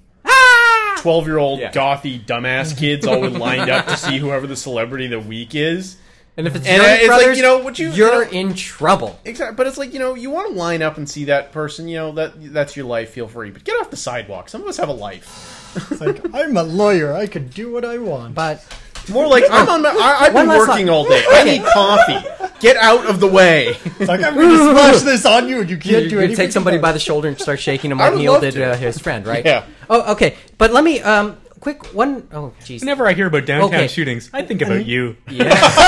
Speaker 3: Twelve-year-old
Speaker 2: Yeah.
Speaker 3: gothy dumbass kids all lined up to see whoever the celebrity of the week is.
Speaker 4: And if it's
Speaker 3: And uh,
Speaker 4: Jonas
Speaker 3: it's like,
Speaker 4: Brothers,
Speaker 3: you know, would you-
Speaker 4: you're
Speaker 3: you
Speaker 4: in trouble.
Speaker 3: Exactly, but it's like you know, you want to line up and see that person. You know that that's your life. Feel free, but get off the sidewalk. Some of us have a life.
Speaker 5: It's like I'm a lawyer. I could do what I want.
Speaker 4: But
Speaker 3: More like I'm on. My, I, I've
Speaker 4: One
Speaker 3: been
Speaker 4: last
Speaker 3: working
Speaker 4: thought.
Speaker 3: all day. I need coffee. Get out of the way.
Speaker 5: It's like I'm going to smash this on you, and you can't do
Speaker 4: you
Speaker 5: anything.
Speaker 4: take somebody
Speaker 5: about
Speaker 4: by the shoulder and start shaking him
Speaker 3: I
Speaker 4: like
Speaker 3: would
Speaker 4: Neil
Speaker 3: love
Speaker 4: did
Speaker 3: to.
Speaker 4: uh, his friend, right?
Speaker 3: Yeah.
Speaker 4: Oh, okay. But let me um quick one oh jeez.
Speaker 2: Whenever I hear about downtown
Speaker 4: Okay.
Speaker 2: shootings, I think about you.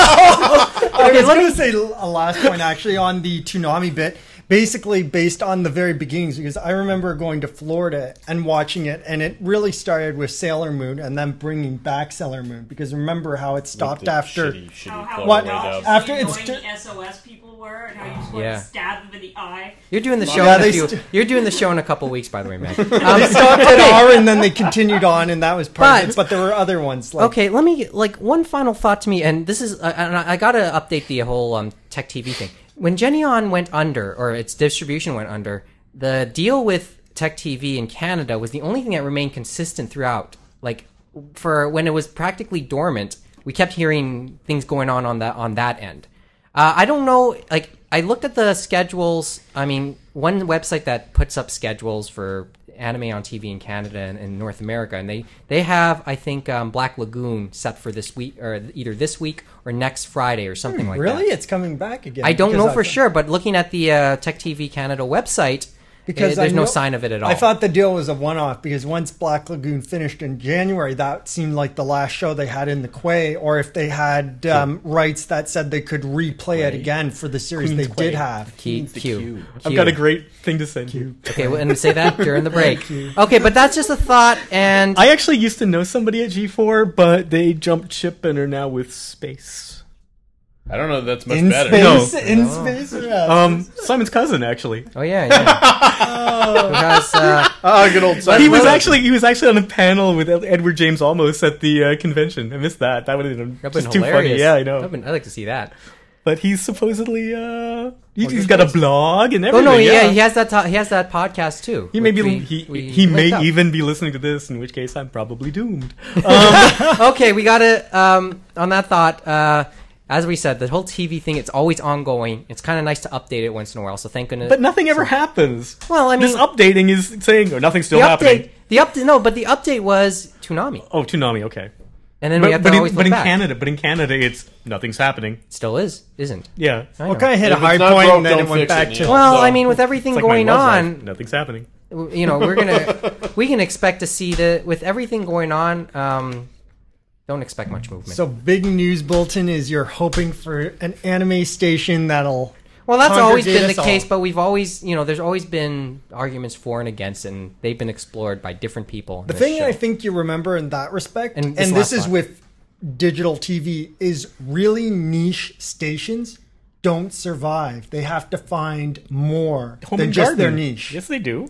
Speaker 5: I was going to say a last point actually on the tsunami bit, basically based on the very beginnings, because I remember going to Florida and watching it, and it really started with Sailor Moon and then bringing back Sailor Moon, because remember how it stopped after.
Speaker 3: Shitty, shitty
Speaker 6: How,
Speaker 3: Chloe
Speaker 6: how
Speaker 5: What?
Speaker 3: Wade up.
Speaker 5: After
Speaker 6: after
Speaker 5: it's
Speaker 6: it's
Speaker 5: ju-
Speaker 6: the SOS people were and how you just
Speaker 4: Yeah.
Speaker 6: yeah. stab them in the eye.
Speaker 4: You're doing the show
Speaker 5: Yeah,
Speaker 4: in a
Speaker 5: they
Speaker 4: few,
Speaker 5: st-
Speaker 4: you're doing the show in a couple weeks, by the way, man. Um,
Speaker 5: Stopped at R and then they continued on, and that was part of
Speaker 4: But-
Speaker 5: it. But there were other ones. Like,
Speaker 4: okay, let me like one final thought to me, and this is uh, and I, I gotta update the whole um, tech TV thing. When Genion went under, or its distribution went under, the deal with Tech TV in Canada was the only thing that remained consistent throughout. Like for when it was practically dormant, we kept hearing things going on on that on that end. Uh, I don't know. Like I looked at the schedules. I mean, one website that puts up schedules for anime on TV in Canada and, and North America, and they they have I think um, Black Lagoon set for this week or either this week or next Friday or something like that.
Speaker 5: Hmm, Really, it's coming back again.
Speaker 4: I don't
Speaker 5: Because
Speaker 4: know for sure, but looking at the uh, Tech TV Canada website, because
Speaker 5: Because I
Speaker 4: Eh, there's no
Speaker 5: know-
Speaker 4: sign of it at all.
Speaker 5: I thought the deal was a one-off because once Black Lagoon finished in January, that seemed like the last show they had in the Quay, or if they had um, rights that said they could replay it again for the series
Speaker 2: Queen's
Speaker 5: they
Speaker 2: Quay.
Speaker 5: did have.
Speaker 4: Q, Q.
Speaker 2: I've got a great thing to send you.
Speaker 4: Okay, well, and say that during the break. Okay, but that's just a thought, and
Speaker 2: I actually used to know somebody at G4, but they jumped ship and are now with Space.
Speaker 7: I don't know that that's much
Speaker 5: In
Speaker 7: better.
Speaker 5: space, in space, yeah.
Speaker 2: Um, Simon's cousin actually.
Speaker 4: oh yeah, yeah.
Speaker 5: Oh.
Speaker 4: because uh,
Speaker 3: Ah, good old Simon.
Speaker 2: He was actually he was actually on a panel with Ed- Edward James Almost at the uh, convention. I missed that. That would have been
Speaker 4: that'd
Speaker 2: just
Speaker 4: been
Speaker 2: too
Speaker 4: hilarious.
Speaker 2: funny. Yeah, I
Speaker 4: That'd
Speaker 2: know.
Speaker 4: been- I'd like to see that.
Speaker 2: But he's supposedly uh, he, has got a blog and
Speaker 4: Oh
Speaker 2: everything.
Speaker 4: no, yeah, he has that. To- he has that podcast too.
Speaker 2: He may be
Speaker 4: which we-
Speaker 2: he,
Speaker 4: we
Speaker 2: he may
Speaker 4: linked up.
Speaker 2: even be listening to this, in which case I'm probably doomed.
Speaker 4: okay, we got to um, on that thought. Uh, as we said, the whole TV thing, it's always ongoing. It's kind of nice to update it once in a while. So thank goodness.
Speaker 2: But nothing ever happens.
Speaker 4: Well, I
Speaker 2: this
Speaker 4: mean-
Speaker 2: updating is saying, "Oh, nothing's
Speaker 4: the
Speaker 2: still
Speaker 4: update,
Speaker 2: happening."
Speaker 4: the update, no, but the update was Toonami,
Speaker 2: Oh, tsunami. Okay,
Speaker 4: and then we
Speaker 2: but,
Speaker 4: have
Speaker 2: but
Speaker 4: to
Speaker 2: in,
Speaker 4: always
Speaker 2: but
Speaker 4: look
Speaker 2: in
Speaker 4: back.
Speaker 2: Canada, but in Canada, it's nothing's happening.
Speaker 4: It still is, isn't?
Speaker 2: Yeah,
Speaker 4: I know.
Speaker 5: Well, kind of hit
Speaker 7: If
Speaker 5: a
Speaker 7: it's
Speaker 5: high
Speaker 7: not
Speaker 5: point,
Speaker 7: broke,
Speaker 5: and then
Speaker 7: don't
Speaker 5: it went
Speaker 7: fix it,
Speaker 5: back
Speaker 7: you
Speaker 5: to.
Speaker 7: know.
Speaker 4: Well,
Speaker 7: So-
Speaker 4: I mean, with everything
Speaker 2: It's like my
Speaker 4: going
Speaker 2: love life.
Speaker 4: on,
Speaker 2: nothing's happening.
Speaker 4: you know we're gonna we can expect to see the with everything going on um don't expect much movement
Speaker 5: So big news bulletin is you're hoping for an anime station that'll.
Speaker 4: well that's
Speaker 5: Congregate
Speaker 4: always been
Speaker 5: us
Speaker 4: the case
Speaker 5: all.
Speaker 4: but we've always you know there's always been arguments for and against and they've been explored by different people in
Speaker 5: The
Speaker 4: this
Speaker 5: thing
Speaker 4: show.
Speaker 5: I think you remember in that respect,
Speaker 4: And
Speaker 5: and,
Speaker 4: this last
Speaker 5: this is
Speaker 4: one.
Speaker 5: with digital TV, is really niche stations don't survive. They have to find more than just their niche.
Speaker 2: Yes, they do.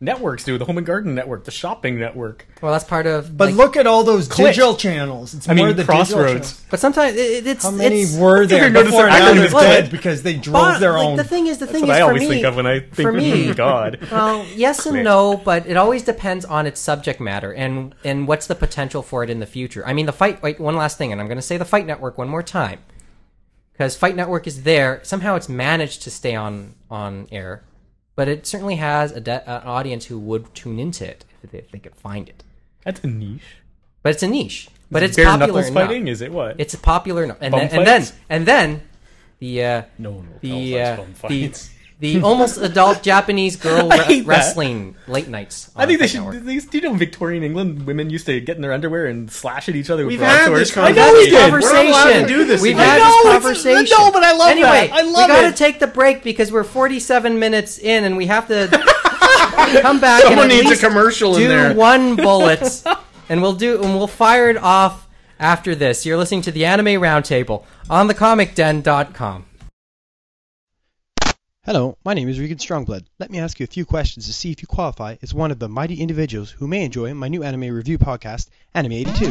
Speaker 2: Networks do the home and garden network, the shopping network.
Speaker 4: well that's part of
Speaker 5: But
Speaker 4: like-
Speaker 5: look at all those digital channels. It's
Speaker 2: I
Speaker 5: more
Speaker 2: mean,
Speaker 5: the
Speaker 2: Crossroads.
Speaker 5: Crossroads.
Speaker 4: but sometimes it, it's
Speaker 5: How many
Speaker 4: it's,
Speaker 5: were
Speaker 2: You're
Speaker 5: there
Speaker 2: gonna notice
Speaker 5: before
Speaker 2: their
Speaker 5: now
Speaker 2: acronym
Speaker 5: they're
Speaker 2: is dead.
Speaker 5: dead because they drove
Speaker 4: but,
Speaker 5: their
Speaker 4: like,
Speaker 5: own?
Speaker 4: the thing is the
Speaker 2: That's
Speaker 4: thing is
Speaker 2: what I
Speaker 4: for
Speaker 2: always
Speaker 4: me,
Speaker 2: think of when I think
Speaker 4: for me
Speaker 2: "Hmm, God.
Speaker 4: Well, yes and
Speaker 2: Click.
Speaker 4: no, but it always depends on its subject matter and and what's the potential for it in the future. I mean, the fight. Wait, one last thing, and I'm going to say the Fight Network one more time because Fight Network is there. Somehow, it's managed to stay on on air, but it certainly has a de- an audience who would tune into it if they, if they could find it.
Speaker 2: That's a niche.
Speaker 4: But it's a niche. But it's
Speaker 2: Bare
Speaker 4: popular
Speaker 2: knuckles
Speaker 4: enough.
Speaker 2: fighting. Is it what?
Speaker 4: It's popular enough, and
Speaker 2: Bum
Speaker 4: then, and then
Speaker 2: fights?
Speaker 4: and then the uh,
Speaker 7: No one will
Speaker 2: Oh,
Speaker 4: the
Speaker 7: tell us
Speaker 4: uh,
Speaker 7: bum
Speaker 4: the
Speaker 7: fights.
Speaker 4: the almost adult Japanese girl
Speaker 2: I
Speaker 4: re-
Speaker 2: hate that.
Speaker 4: wrestling late nights.
Speaker 2: I think they
Speaker 4: on
Speaker 2: should.
Speaker 4: Network.
Speaker 2: These, do you know, Victorian England women used to get in their underwear and slash at each other with
Speaker 3: We've had
Speaker 2: broadswords.
Speaker 3: this
Speaker 2: I know we did.
Speaker 3: We're not allowed to do this
Speaker 4: We've
Speaker 3: anymore.
Speaker 4: had
Speaker 2: I know, it's-
Speaker 4: this conversation.
Speaker 2: no, but I love
Speaker 4: anyway,
Speaker 2: that. I love
Speaker 4: we gotta
Speaker 2: it.
Speaker 4: take the break because we're 47 minutes in, and we have to come back.
Speaker 3: Someone
Speaker 4: and at
Speaker 3: needs a
Speaker 4: least
Speaker 3: commercial in
Speaker 4: do
Speaker 3: there.
Speaker 4: one bullet, and we'll do and we'll fire it off after this. You're listening to the Anime Roundtable on thecomicden.com.
Speaker 8: Hello, my name is Regan Strongblood. Let me ask you a few questions to see if you qualify as one of the mighty individuals who may enjoy my new anime review podcast, Anime 82.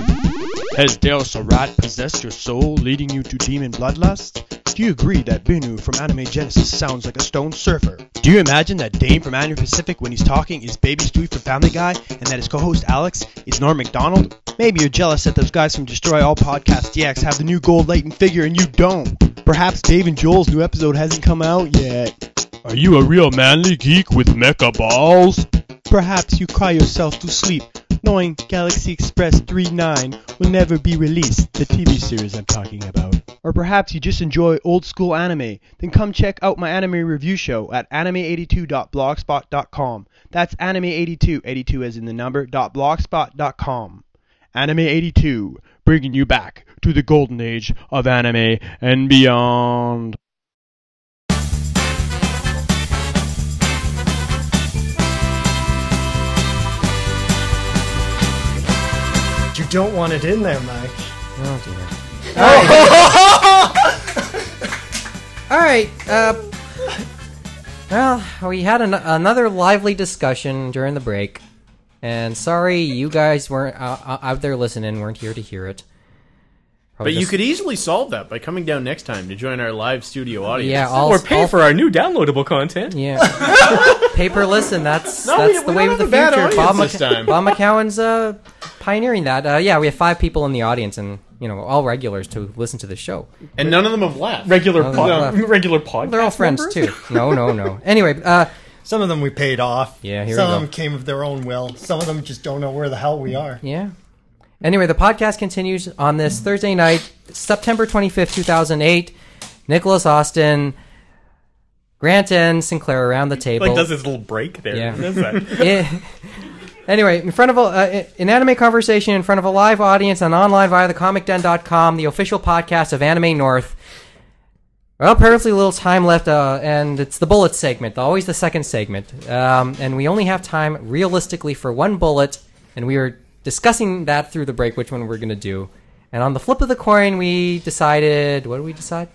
Speaker 8: Has Del Sarat possessed your soul, leading you to demon bloodlust? Do you agree that Binu from Anime Genesis sounds like a stone surfer? Do you imagine that Dane from Anime Pacific, when he's talking, is Baby Stewie from Family Guy, and that his co-host Alex is Norm Macdonald? Maybe you're jealous that those guys from Destroy All Podcast DX have the new gold latent figure and you don't. Perhaps Dave and Joel's new episode hasn't come out yet. Are you a real manly geek with mecha balls? Perhaps you cry yourself to sleep knowing Galaxy Express 39 will never be released, the TV series I'm talking about. Or perhaps you just enjoy old school anime, then come check out my anime review show at anime82.blogspot.com. That's anime82, 82 as in the number, dot blogspot.com. Anime82, bringing you back to the golden age of anime and beyond.
Speaker 5: You don't want it in there, Mike.
Speaker 4: Oh dear. All right. Uh, well, we had an- another lively discussion during the break, and sorry you guys weren't uh, uh, out there listening, weren't here to hear it.
Speaker 3: But
Speaker 4: Probably
Speaker 3: you
Speaker 4: just-
Speaker 3: could easily solve that by coming down next time to join our live studio audience.
Speaker 4: yeah, all,
Speaker 2: Or pay
Speaker 4: all-
Speaker 2: for our new downloadable content.
Speaker 4: yeah, pay per listen. That's
Speaker 3: No,
Speaker 4: that's
Speaker 3: we-
Speaker 4: the
Speaker 3: we
Speaker 4: way
Speaker 3: don't
Speaker 4: of the
Speaker 3: have a bad
Speaker 4: future. Bob,
Speaker 3: audience this
Speaker 4: Mc-
Speaker 3: time.
Speaker 4: Bob McCowan's uh, pioneering that. Uh, yeah, we have five people in the audience, and you know, all regulars to listen to the show.
Speaker 3: and none of them have left.
Speaker 2: Regular
Speaker 4: Oh,
Speaker 2: pod,
Speaker 4: left.
Speaker 2: regular pod.
Speaker 4: They're all friends too. No, no, no. Anyway, uh,
Speaker 5: Some of them we paid off.
Speaker 4: Yeah, here we
Speaker 5: Some
Speaker 4: go.
Speaker 5: of them came of their own will. Some of them just don't know where the hell we are.
Speaker 4: Yeah. Anyway, the podcast continues on this Thursday night, September 25th, 2008. Nicholas Austin, Grant, and Sinclair around the table.
Speaker 2: Like does his little break there.
Speaker 4: Yeah.
Speaker 2: Does that?
Speaker 4: Yeah. Anyway, in front of a, uh, an anime conversation in front of a live audience and online via thecomicden.com, the official podcast of Anime North. Well, apparently a little time left, uh, and it's the bullet segment, always the second segment. Um, and we only have time, realistically, for one bullet, and we were discussing that through the break, which one we're going to do. And on the flip of the coin, we decided, what did we decide?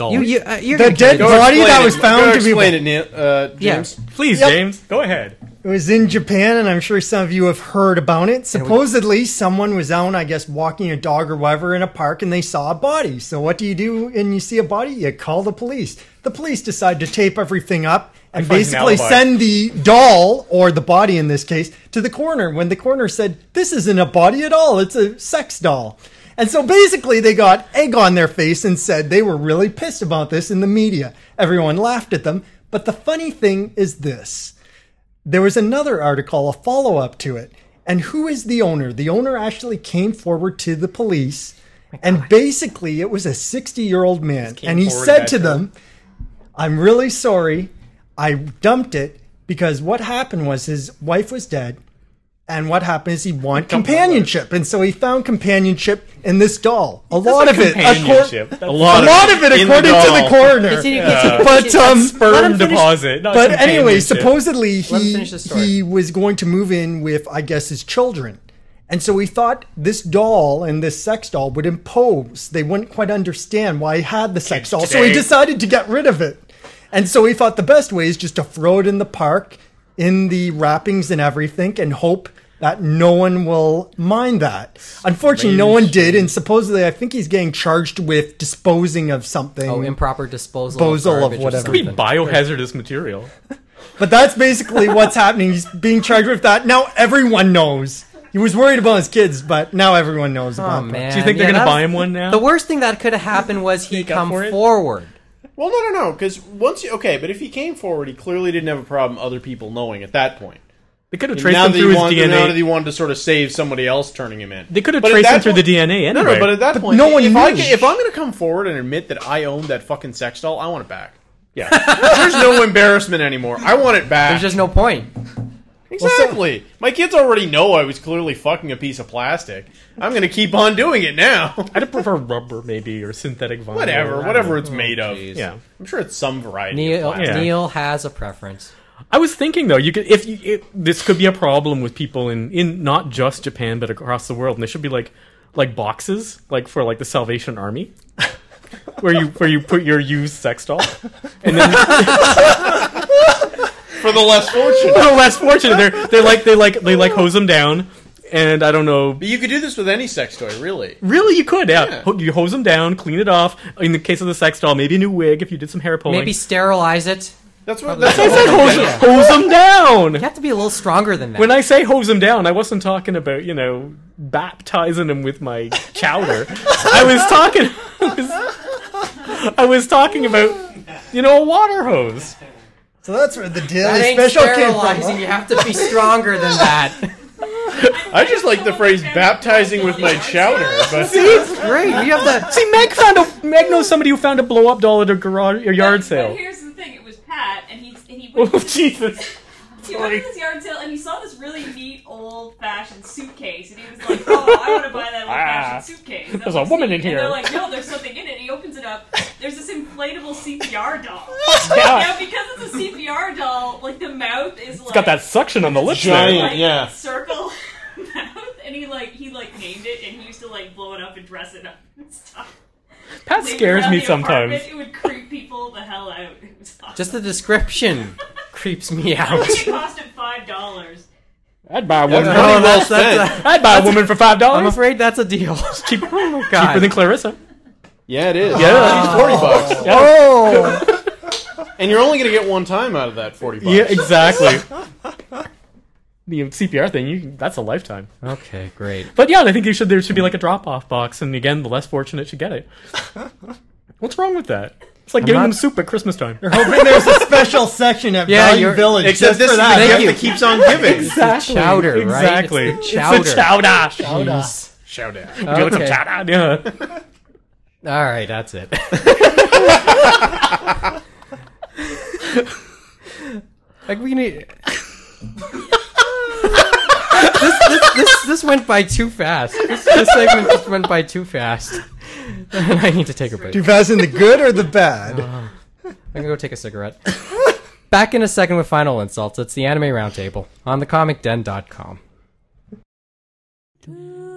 Speaker 4: You, you, uh, you're
Speaker 5: The
Speaker 4: gonna
Speaker 5: dead
Speaker 4: carry it.
Speaker 5: body that was
Speaker 3: Go
Speaker 5: found to be
Speaker 3: explain it, Neil- uh, James.
Speaker 2: Please, James, go ahead.
Speaker 5: It was in Japan, and I'm sure some of you have heard about it. Supposedly, someone was out, I guess, walking a dog or whatever in a park, and they saw a body. So, what do you do when you see a body? You call the police. The police decide to tape everything up and
Speaker 2: find an
Speaker 5: basically
Speaker 2: alibi.
Speaker 5: send the doll, or the body in this case, to the coroner. When the coroner said, This isn't a body at all, it's a sex doll. And so basically, they got egg on their face and said they were really pissed about this in the media. Everyone laughed at them. But the funny thing is this there was another article, a follow up to it. And who is the owner? The owner actually came forward to the police. And basically, it was a 60 year old man. And he
Speaker 2: forward
Speaker 5: said
Speaker 2: back
Speaker 5: to
Speaker 2: to-
Speaker 5: them, I'm really sorry. I dumped it because what happened was his wife was dead. And what happened is he wanted companionship. And so he found companionship in this doll. A lot of it. A, cor-
Speaker 2: Companionship. That's-
Speaker 5: a lot of it,
Speaker 3: in the
Speaker 5: according to the
Speaker 3: doll.
Speaker 5: coroner.
Speaker 4: Continue, continue,
Speaker 5: But
Speaker 4: continue.
Speaker 5: um,
Speaker 2: sperm deposit. not
Speaker 5: but anyway,
Speaker 2: companionship.
Speaker 5: supposedly
Speaker 4: Let him
Speaker 5: he
Speaker 4: finish the story.
Speaker 5: he was going to move in with, I guess, his children, and so we thought this doll and this sex doll would impose. They wouldn't quite understand why he had the sex doll, so he
Speaker 2: today.
Speaker 5: decided to get rid of it. And so we thought the best way is just to throw it in the park, in the wrappings and everything, and hope that no one will mind that. Unfortunately, no one did, and supposedly, I think he's getting charged with disposing of something.
Speaker 4: Oh, improper disposal.
Speaker 5: Disposal of
Speaker 4: garbage or
Speaker 5: whatever.
Speaker 2: Could be
Speaker 4: something.
Speaker 2: biohazardous material.
Speaker 5: But that's basically what's happening. He's being charged with that. Now everyone knows. He was worried about his kids, but now everyone knows
Speaker 4: Oh,
Speaker 5: about that.
Speaker 4: man.
Speaker 2: Do you think they're
Speaker 4: Yeah,
Speaker 2: gonna
Speaker 4: that's-
Speaker 2: buy him one now?
Speaker 4: The worst thing that could have happened was he
Speaker 2: up
Speaker 4: come
Speaker 2: for it?
Speaker 4: forward.
Speaker 3: Well, no, no, no. Because once you okay, but if he came forward, he clearly didn't have a problem other people knowing at that point.
Speaker 2: They could have
Speaker 3: And
Speaker 2: traced
Speaker 3: now
Speaker 2: him
Speaker 3: that
Speaker 2: through
Speaker 3: he
Speaker 2: his
Speaker 3: wanted, Now that
Speaker 2: DNA.
Speaker 3: he wanted to sort of save somebody else turning him in,
Speaker 2: They could have
Speaker 3: But at
Speaker 2: traced
Speaker 3: that
Speaker 2: him through
Speaker 3: point-
Speaker 2: the DNA
Speaker 3: No,
Speaker 2: anyway.
Speaker 3: no, but at that point,
Speaker 5: no one
Speaker 3: if I
Speaker 5: knew.
Speaker 3: can, if I'm going to come forward and admit that I owned that fucking sex doll, I want it back. Yeah, there's no embarrassment anymore. I want it back.
Speaker 4: There's just no point.
Speaker 3: exactly. My kids already know I was clearly fucking a piece of plastic. I'm going to keep on doing it now.
Speaker 2: I'd prefer rubber maybe or synthetic vinyl. I
Speaker 3: whatever,
Speaker 2: don't
Speaker 3: whatever
Speaker 2: know.
Speaker 3: it's made of.
Speaker 2: Yeah.
Speaker 3: I'm sure it's some variety. of
Speaker 4: Neil,
Speaker 3: plastic.
Speaker 2: Yeah.
Speaker 4: Neil has a preference.
Speaker 2: I was thinking though, you could if you, it, this could be a problem with people in in not just Japan but across the world, and they should be like like boxes like for like the Salvation Army. Where you where you put your used sex doll, and then
Speaker 3: for the less fortunate.
Speaker 2: the less fortunate they're they're like they like they like hose them down, and I don't know
Speaker 3: But you could do this with any sex toy, really.
Speaker 2: Really, you could. Yeah,
Speaker 3: Yeah.
Speaker 2: Ho- you hose them down, clean it off. In the case of the sex doll, maybe a new wig if you did some hair pulling.
Speaker 4: Maybe sterilize it.
Speaker 3: That's what. That's
Speaker 2: I
Speaker 3: what
Speaker 2: said hose, hose them down.
Speaker 4: You have to be a little stronger than that.
Speaker 2: When I say hose them down, I wasn't talking about you know baptizing them with my chowder. I was talking. I was, I was talking about you know a water hose.
Speaker 5: So that's where the
Speaker 4: that
Speaker 5: daily
Speaker 4: ain't
Speaker 5: special came from.
Speaker 4: sterilizing. You have to be stronger than that.
Speaker 3: I just like the phrase "baptizing with my chowder," but
Speaker 4: It's great. You have the.
Speaker 2: See, Meg found a Meg knows somebody who found a blow up doll at a garage or yard
Speaker 6: But
Speaker 2: sale.
Speaker 6: here's the thing: it was Pat, and he and he
Speaker 2: Oh
Speaker 6: went, to,
Speaker 2: Jesus!
Speaker 6: he went to this yard sale, and he saw this really neat old-fashioned suitcase, and he was like, "Oh, I want to buy that old-fashioned
Speaker 2: Ah,
Speaker 6: suitcase." That
Speaker 2: there's a
Speaker 6: looks
Speaker 2: woman
Speaker 6: neat."
Speaker 2: in
Speaker 6: And
Speaker 2: here.
Speaker 6: they're like, "No, there's something in it." And he opens it up. There's this inflatable CPR doll.
Speaker 2: Yeah,
Speaker 6: Now, because it's a CPR doll, like the mouth is like
Speaker 2: it's got that suction on the lips. there.
Speaker 3: Giant.
Speaker 6: like,
Speaker 3: yeah.
Speaker 6: circle mouth, and he like he like named it, and he used to like blow it up and dress it up and stuff.
Speaker 2: Pat
Speaker 6: Leave it
Speaker 2: scares
Speaker 6: around
Speaker 2: me
Speaker 6: the
Speaker 2: sometimes.
Speaker 6: apartment, It would creep people the hell out. It was awesome.
Speaker 4: Just the description creeps me out.
Speaker 6: it cost him five dollars.
Speaker 2: I'd buy one.
Speaker 3: Money
Speaker 4: No,
Speaker 3: well
Speaker 4: that's, that's
Speaker 3: spent.
Speaker 4: a,
Speaker 2: I'd buy a woman for five
Speaker 4: I'm
Speaker 2: dollars.
Speaker 4: afraid that's a deal. Oh,
Speaker 2: Cheaper,
Speaker 4: God.
Speaker 2: cheaper than Clarissa.
Speaker 3: yeah, it is.
Speaker 2: Yeah.
Speaker 3: It's forty bucks,
Speaker 4: Oh,
Speaker 3: and you're only gonna get one time out of that forty bucks.
Speaker 2: Yeah, exactly. the CPR thing, you, that's a lifetime.
Speaker 4: okay, great.
Speaker 2: But yeah, I think you should. There should be like a drop-off box, and again, the less fortunate should get it. What's wrong with that? It's like giving
Speaker 4: not-
Speaker 2: them soup at Christmas time.
Speaker 5: Hoping there's a special section at
Speaker 4: Yeah,
Speaker 5: Value
Speaker 4: you're-
Speaker 5: Village.
Speaker 3: Except
Speaker 5: just
Speaker 3: this
Speaker 5: for
Speaker 3: is
Speaker 5: that.
Speaker 3: the
Speaker 4: Thank
Speaker 3: gift
Speaker 4: you.
Speaker 3: that keeps on giving.
Speaker 2: Exactly.
Speaker 4: chowder, right?
Speaker 2: Exactly.
Speaker 4: It's the chowder.
Speaker 2: It's the chowder.
Speaker 4: Jeez.
Speaker 3: Shout out.
Speaker 2: Would you like some
Speaker 4: Okay.
Speaker 2: chowder? Yeah.
Speaker 4: All right, that's it. like we need. this, this, this, this went by too fast. This, this segment just went by too fast. I need to take a break.
Speaker 5: Too fast in the good or the
Speaker 4: Uh-huh.
Speaker 5: bad?
Speaker 4: I'm gonna go take a cigarette. Back in a second with final insults. It's the Anime Roundtable on thecomicden.com.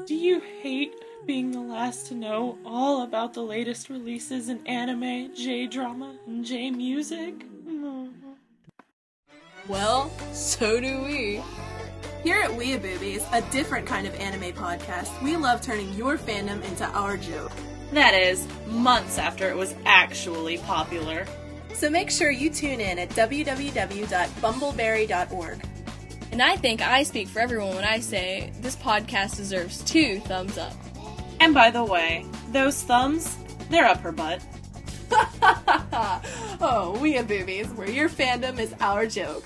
Speaker 9: Do you hate being the last to know all about the latest releases in anime, J drama, and J music?
Speaker 10: Well, so do we. Here at Weeaboobies, a different kind of anime podcast, we love turning your fandom into our joke.
Speaker 9: That is, months after it was actually popular.
Speaker 10: So make sure you tune in at www.bumbleberry.org.
Speaker 11: And I think I speak for everyone when I say this podcast deserves two thumbs up.
Speaker 9: And by the way, those thumbs, they're up her butt.
Speaker 10: Oh, Weeaboobies, where your fandom is our joke.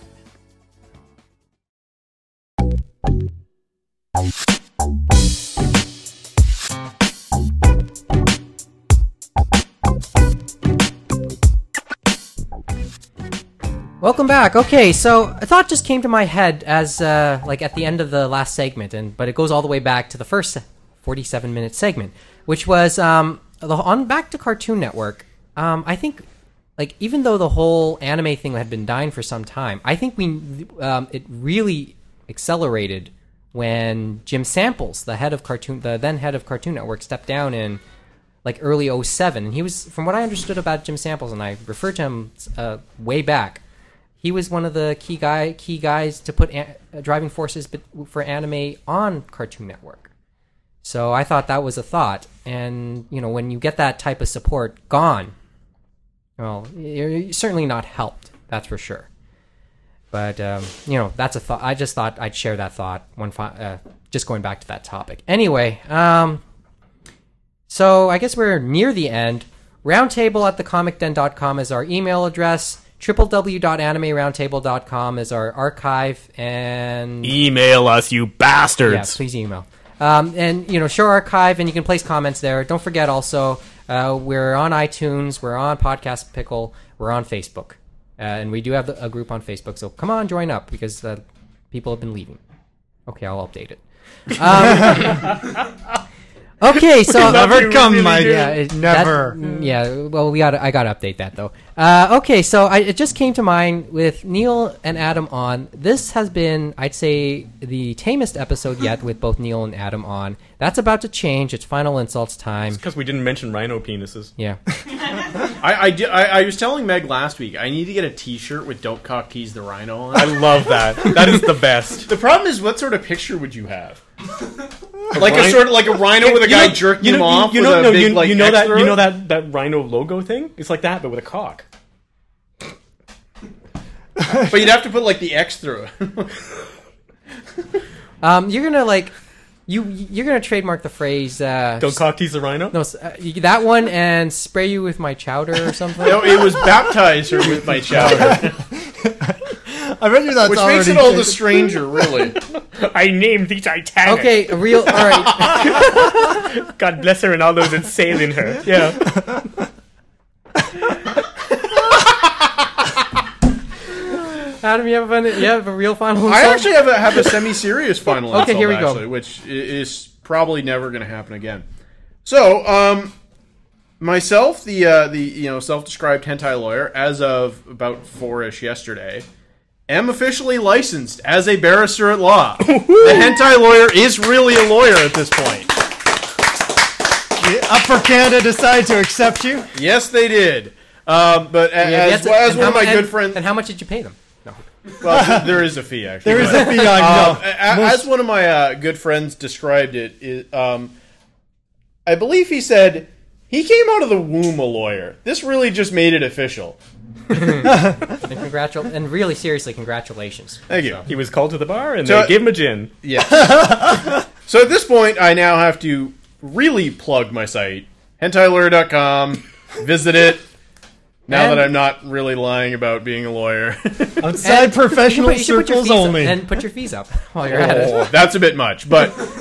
Speaker 4: Welcome back. Okay, so a thought just came to my head as uh, like at the end of the last segment, and but it goes all the way back to the first forty-seven minute segment, which was um, the, on back to Cartoon Network. Um, I think like even though the whole anime thing had been dying for some time, I think we um, it really accelerated when Jim Samples, the head of Cartoon, the then head of Cartoon Network, stepped down in like early 07 and he was from what i understood about jim samples and i referred to him uh, way back he was one of the key guy key guys to put an, uh, driving forces be- for anime on cartoon network so i thought that was a thought and you know when you get that type of support gone well you're you're certainly not helped that's for sure but um, you know that's a thought i just thought i'd share that thought one fi- uh, just going back to that topic anyway um, so I guess we're near the end. Roundtable at thecomicden.com is our email address. www.animeroundtable.com is our archive. And
Speaker 3: E
Speaker 2: Email us, you bastards.
Speaker 4: yeah, please email. Um, and you know, show archive, and you can place comments there. Don't forget also, uh, we're on iTunes, we're on Podcast Pickle, we're on Facebook, uh, and we do have a group on Facebook. So come on, join up because uh, people have been leaving. Okay, I'll update it. Um, okay, so
Speaker 5: Never come, my
Speaker 4: yeah,
Speaker 5: dad.
Speaker 4: it-
Speaker 5: Never.
Speaker 4: that- mm, yeah. Well, we got. to I got to update that though. Uh, okay, so I, it just came to mind with Neil and Adam on. This has been, I'd say, the tamest episode yet with both Neil and Adam on. That's about to change. It's final insults time.
Speaker 2: Because we didn't mention rhino penises.
Speaker 4: Yeah.
Speaker 3: I, I, did, I, I was telling Meg last week, I need to get a t shirt with Don't Cock Tease the Rhino on.
Speaker 2: I love that. That is the best.
Speaker 3: The problem is, what sort of picture would you have? like a
Speaker 2: rhino-
Speaker 3: sort of like a rhino with a guy jerking
Speaker 2: you know,
Speaker 3: him off.
Speaker 2: You, you
Speaker 3: with
Speaker 2: know,
Speaker 3: a
Speaker 2: no,
Speaker 3: big,
Speaker 2: you,
Speaker 3: like,
Speaker 2: you know
Speaker 3: X
Speaker 2: that
Speaker 3: through
Speaker 2: you
Speaker 3: it?
Speaker 2: know that that rhino logo thing. It's like that, but with a cock.
Speaker 3: But you'd have to put like the X through it.
Speaker 4: Um, you're gonna like, you you're gonna trademark the phrase. Uh,
Speaker 2: Don't cock tease the rhino.
Speaker 4: no, s- uh, you- that one and spray you with my chowder or something.
Speaker 3: no, it was baptized her with my chowder,
Speaker 5: I bet you that's
Speaker 3: which
Speaker 5: already
Speaker 3: makes it all
Speaker 5: taken.
Speaker 3: the stranger, really.
Speaker 2: I named the Titanic.
Speaker 4: Okay, a real. All right.
Speaker 2: God bless her and all those that sail in her. Yeah.
Speaker 4: Adam, you have a, you have a real final. Insult?
Speaker 3: I actually have a, have a semi-serious final
Speaker 4: Okay,
Speaker 3: insult,
Speaker 4: here we go.
Speaker 3: actually, which i- is probably never going to happen again. So, um, myself, the uh, the you know self-described hentai lawyer, as of about four-ish yesterday, am officially licensed as a barrister at law. the hentai lawyer is really a lawyer at this point.
Speaker 5: Up for Canada decide to accept you.
Speaker 3: Yes, they did. Um, but a-
Speaker 4: Yeah,
Speaker 3: as,
Speaker 4: that's it.
Speaker 3: as
Speaker 4: And
Speaker 3: one of
Speaker 4: how
Speaker 3: my
Speaker 4: mu-
Speaker 3: good
Speaker 4: and-
Speaker 3: friends,
Speaker 4: And how much did you pay them? No.
Speaker 3: well, there is a fee actually.
Speaker 5: There
Speaker 3: but-
Speaker 5: is a fee on
Speaker 3: Um,
Speaker 4: Oh.
Speaker 5: no.
Speaker 3: a- a- as one of my uh, good friends described it, i- um, I believe he said he came out of the womb a lawyer. This really just made it official.
Speaker 4: And congratu- and really seriously, congratulations.
Speaker 3: Thank you.
Speaker 2: He was called to the bar and
Speaker 3: So-
Speaker 2: they gave him a gin.
Speaker 3: So at this point, I now have to really plug my site, hentailawyer.com. Visit it. Now
Speaker 4: And-
Speaker 3: that I'm not really lying about being a lawyer.
Speaker 5: Outside
Speaker 4: And-
Speaker 5: professional
Speaker 4: you should put your
Speaker 5: circles
Speaker 4: fees up-
Speaker 5: only.
Speaker 4: and put your fees up while you're at
Speaker 3: Oh,
Speaker 4: it.
Speaker 3: That's a bit much, but something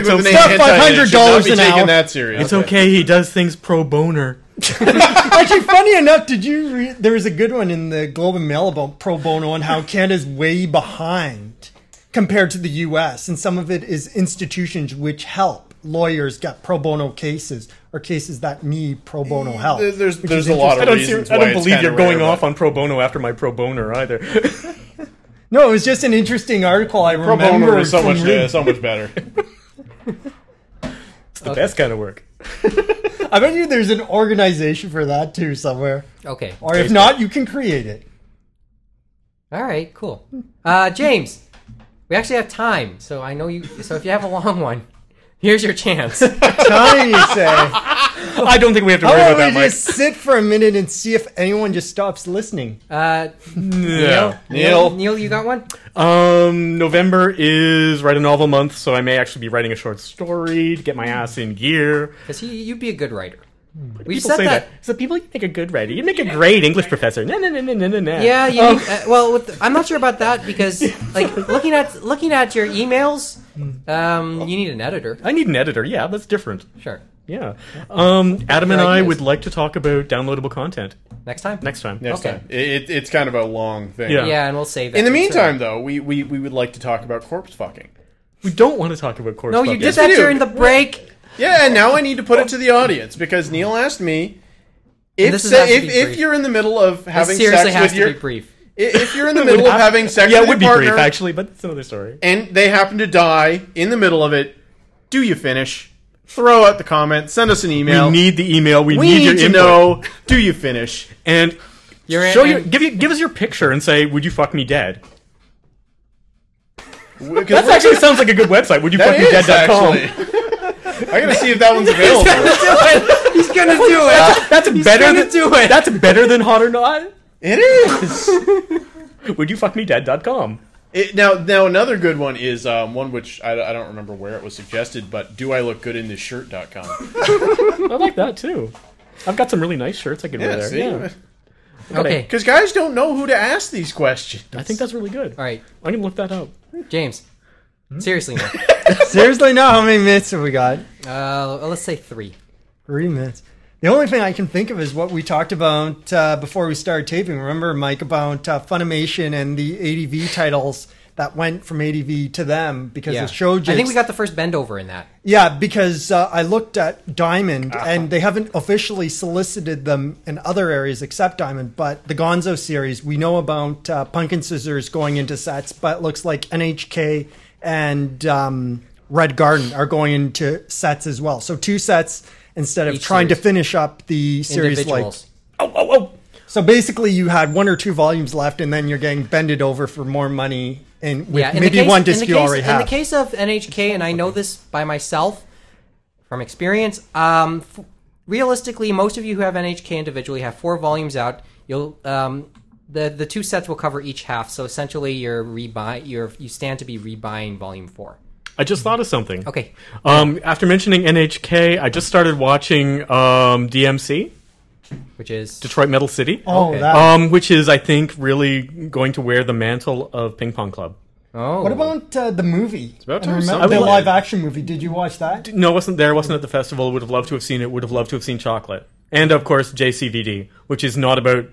Speaker 2: It's
Speaker 3: with the name
Speaker 2: okay.
Speaker 3: hentai in it should not be taken that serious.
Speaker 2: It's okay. He does things pro boner.
Speaker 5: Actually, funny enough, did you read? There was a good one in the Globe and Mail about pro bono and how Canada's way behind compared to the U.S. And some of it is institutions which help lawyers get pro bono cases or cases that need pro bono help.
Speaker 3: Eh, There- there's-
Speaker 5: which
Speaker 3: there's
Speaker 5: is
Speaker 3: a lot
Speaker 2: I
Speaker 3: of
Speaker 5: interesting.
Speaker 2: don't, see,
Speaker 3: reasons
Speaker 2: I
Speaker 3: why
Speaker 2: don't
Speaker 3: it's
Speaker 2: believe
Speaker 3: kinda
Speaker 2: you're going
Speaker 3: rare,
Speaker 2: off on pro bono after my pro boner either.
Speaker 5: No, it was just an interesting article I
Speaker 2: Pro bono
Speaker 5: remember.
Speaker 2: was so
Speaker 5: from
Speaker 2: much-
Speaker 5: reading.
Speaker 2: yeah, so much better. it's the best kind of work.
Speaker 5: I bet you there's an organization for that too somewhere.
Speaker 4: Okay.
Speaker 5: Or if not, you can create it.
Speaker 4: All right, cool. Uh, James, we actually have time, so I know you. So if you have a long one, here's your chance.
Speaker 5: Time, you say.
Speaker 2: I don't think we have to
Speaker 5: How
Speaker 4: Oh,
Speaker 2: worry about
Speaker 5: about
Speaker 2: that,
Speaker 5: we
Speaker 2: Mike.
Speaker 5: just sit for a minute and see if anyone just stops listening?
Speaker 4: Uh,
Speaker 2: No.
Speaker 4: Neil, Neil, you got one?
Speaker 2: Um, November is write a novel month, so I may actually be writing a short story to get my ass in gear.
Speaker 4: Because you'd be a good writer. We've
Speaker 2: people
Speaker 4: said
Speaker 2: say
Speaker 4: that.
Speaker 2: that. So people you make a good writer. You make a great English professor. No, no, no, no, no, no, no.
Speaker 4: Yeah, you
Speaker 2: Oh,
Speaker 4: need- uh, well, with the- I'm not sure about that because, like, looking at looking at your emails, um, you need an editor.
Speaker 2: I need an editor. Yeah, that's different.
Speaker 4: Sure.
Speaker 2: Yeah. Um, Adam
Speaker 4: Your
Speaker 2: and I
Speaker 4: ideas.
Speaker 2: would like to talk about downloadable content
Speaker 4: Next time.
Speaker 2: next time.
Speaker 3: Next time. It, it, it's kind of a long thing.
Speaker 2: Yeah. Yeah,
Speaker 4: and we'll save
Speaker 3: In the meantime, though, we, we, we would like to talk about corpse fucking.
Speaker 2: We don't want to talk about corpse
Speaker 4: No, you
Speaker 2: fucking.
Speaker 4: did that during the break.
Speaker 3: Yeah, and now I need to put it to the audience because Neil asked me
Speaker 4: And
Speaker 3: if
Speaker 4: this is-
Speaker 3: se-
Speaker 4: has to
Speaker 3: if,
Speaker 4: be
Speaker 3: if
Speaker 4: brief.
Speaker 3: you're in the middle of having
Speaker 4: this seriously
Speaker 3: sex
Speaker 4: has
Speaker 3: with
Speaker 4: to
Speaker 3: your
Speaker 4: be brief.
Speaker 3: i- if you're in the middle of having sex
Speaker 2: yeah, it
Speaker 3: with
Speaker 2: would be
Speaker 3: your partner,
Speaker 2: brief actually, but it's another story.
Speaker 3: and they happen to die in the middle of it, do you finish? Throw out the comment. Send us an email.
Speaker 2: We need the email. We,
Speaker 3: We
Speaker 2: need, your
Speaker 3: need to
Speaker 2: input.
Speaker 3: know. Do you finish?
Speaker 2: and
Speaker 4: You're
Speaker 2: show
Speaker 4: in-
Speaker 2: your, give you give us your picture and say, would you fuck me dead?
Speaker 3: That's
Speaker 2: That actually sounds like a good website. Would you fuck
Speaker 3: that
Speaker 2: me
Speaker 3: is
Speaker 2: dead.com?
Speaker 3: actually. I gotta see if that one's available.
Speaker 4: He's gonna do it.
Speaker 2: That's better
Speaker 4: gonna
Speaker 2: than
Speaker 4: do it.
Speaker 2: That's better than hot or not.
Speaker 3: it is.
Speaker 2: Would you fuck me dead.com?
Speaker 3: It, now, now another good one is um, one which I, I don't remember where it was suggested, but do I look good in this shirt.com?
Speaker 2: I like that too. I've got some really nice shirts I could
Speaker 3: Yeah,
Speaker 2: wear there.
Speaker 3: see?
Speaker 2: Yeah.
Speaker 4: Okay.
Speaker 3: Because guys don't know who to ask these questions.
Speaker 2: I think that's really good.
Speaker 4: All right,
Speaker 2: I can look that up.
Speaker 4: James.
Speaker 3: Hmm?
Speaker 4: Seriously, now.
Speaker 5: Seriously, now how many minutes have we got?
Speaker 4: Uh, let's say three.
Speaker 5: Three minutes. The only thing I can think of is what we talked about uh, before we started taping. Remember, Mike, about uh, Funimation and the ADV titles that went from ADV to them because
Speaker 4: Yeah.
Speaker 5: of Shoujo.
Speaker 4: I think we got the first bend over in that.
Speaker 5: Yeah, because uh, I looked at Diamond,
Speaker 4: Ah.
Speaker 5: and they haven't officially solicited them in other areas except Diamond. But the Gonzo series, we know about uh, Pumpkin Scissors going into sets, but it looks like NHK and um, Red Garden are going into sets as well. So two sets instead of
Speaker 4: Each
Speaker 5: trying to
Speaker 4: series.
Speaker 5: finish up the series. Like
Speaker 4: Individuals.
Speaker 2: Oh, oh, oh!
Speaker 5: so, basically, you had one or two volumes left, and then you're getting bended over for more money, and with
Speaker 4: yeah, in the
Speaker 5: maybe
Speaker 4: case-
Speaker 5: one
Speaker 4: in the
Speaker 5: disc you
Speaker 4: case-
Speaker 5: already have.
Speaker 4: In the case of NHK, and I know this by myself from experience, um, f- realistically, most of you who have NHK individually have four volumes out. You'll um, the the two sets will cover each half, so essentially you're rebuy you're you stand to be rebuying volume four.
Speaker 2: I just thought of something.
Speaker 4: Okay,
Speaker 2: Um, after mentioning NHK, I just started watching um, DMC,
Speaker 4: which is
Speaker 2: Detroit Metal City,
Speaker 5: oh,
Speaker 4: Okay.
Speaker 5: that.
Speaker 2: um, which is, I think, really going to wear the mantle of Ping Pong Club.
Speaker 4: oh,
Speaker 5: What about uh, the movie? It's
Speaker 3: about time
Speaker 5: remember,
Speaker 3: somebody
Speaker 5: the
Speaker 2: did.
Speaker 5: live action movie. Did you watch that?
Speaker 2: No, wasn't there, wasn't at the festival. Would have loved to have seen it, would have loved to have seen Chocolate. And, of course, JCVD, which is not about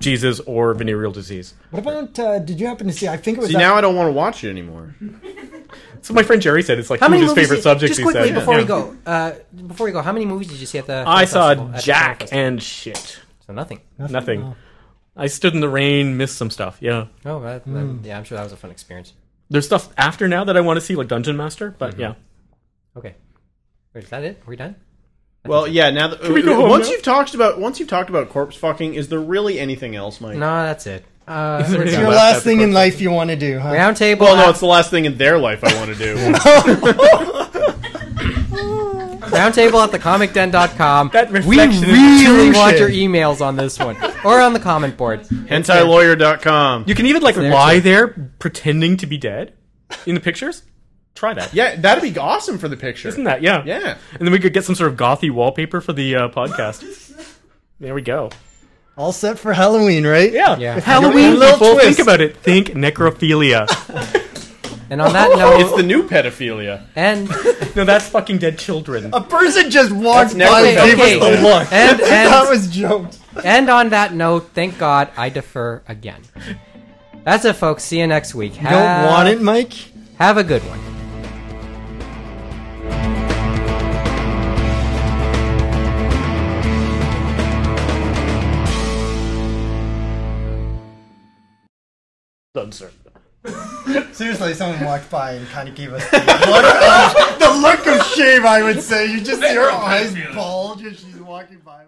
Speaker 2: Jesus or venereal disease.
Speaker 5: What about? Uh, did you happen to see? I think it was.
Speaker 3: See,
Speaker 5: that-
Speaker 3: now I don't want to watch it anymore.
Speaker 2: So my friend Jerry said it's like
Speaker 4: how
Speaker 2: two of
Speaker 4: many
Speaker 2: his
Speaker 4: movies
Speaker 2: favorite
Speaker 4: did-
Speaker 2: subjects.
Speaker 4: Just quickly
Speaker 2: he said.
Speaker 4: before we
Speaker 2: Yeah.
Speaker 4: go, uh, before we go, how many movies did you see at the?
Speaker 2: I
Speaker 4: film
Speaker 2: saw
Speaker 4: festival- at the film
Speaker 2: Jack
Speaker 4: festival?
Speaker 2: and shit.
Speaker 4: so nothing.
Speaker 2: Nothing. I stood in the rain, missed some stuff. Yeah.
Speaker 4: Oh, that, that- yeah, I'm sure that was a fun experience.
Speaker 2: There's stuff after now that I want to see, like Dungeon Master, but
Speaker 4: Mm-hmm.
Speaker 2: yeah.
Speaker 4: Okay, Wait, is that it? Are we done?
Speaker 3: Well, yeah. Now that,
Speaker 2: we go home
Speaker 3: once
Speaker 2: now?
Speaker 3: you've talked about once you've talked about corpse fucking, is there really anything else, Mike?
Speaker 4: No, that's it. Uh,
Speaker 2: there
Speaker 4: we're
Speaker 2: any
Speaker 5: It's
Speaker 4: done.
Speaker 5: your
Speaker 2: Yeah,
Speaker 5: last
Speaker 2: that's
Speaker 5: thing
Speaker 2: the
Speaker 5: in life you want to do, huh?
Speaker 4: round table.
Speaker 3: Well, no, it's the last thing in their life I want to do.
Speaker 4: roundtable at thecomicden.com.
Speaker 2: That
Speaker 4: we
Speaker 2: reflection is
Speaker 4: really
Speaker 2: crucial.
Speaker 4: want your emails on this one or on the comment board.
Speaker 3: HentaiLawyer.com.
Speaker 2: You can even like
Speaker 4: there,
Speaker 2: lie
Speaker 4: too.
Speaker 2: there pretending to be dead in the pictures. Try that.
Speaker 3: Yeah, that'd be awesome for the picture.
Speaker 2: Isn't that? Yeah.
Speaker 3: Yeah.
Speaker 2: And then we could get some sort of gothy wallpaper for the uh, podcast. There we go.
Speaker 5: All set for Halloween, right?
Speaker 2: Yeah.
Speaker 5: yeah.
Speaker 2: Halloween, people, think about it. Think necrophilia.
Speaker 4: And on that note-
Speaker 2: it's the new pedophilia.
Speaker 4: And
Speaker 2: no, that's fucking dead children.
Speaker 5: A person just walked
Speaker 2: That's
Speaker 5: by and
Speaker 2: necrophilia.
Speaker 5: gave us
Speaker 2: Okay.
Speaker 5: the look.
Speaker 4: And, and
Speaker 5: that was joked.
Speaker 4: And on that note, thank God I defer again. That's it, folks. See you next week.
Speaker 5: You don't
Speaker 2: Uh,
Speaker 5: want it, Mike?
Speaker 4: Have a good one.
Speaker 2: Done, sir.
Speaker 5: Seriously, someone walked by and kind of gave us the look, of, the look of shame. I would say you just see her eyes bulge as she's walking by.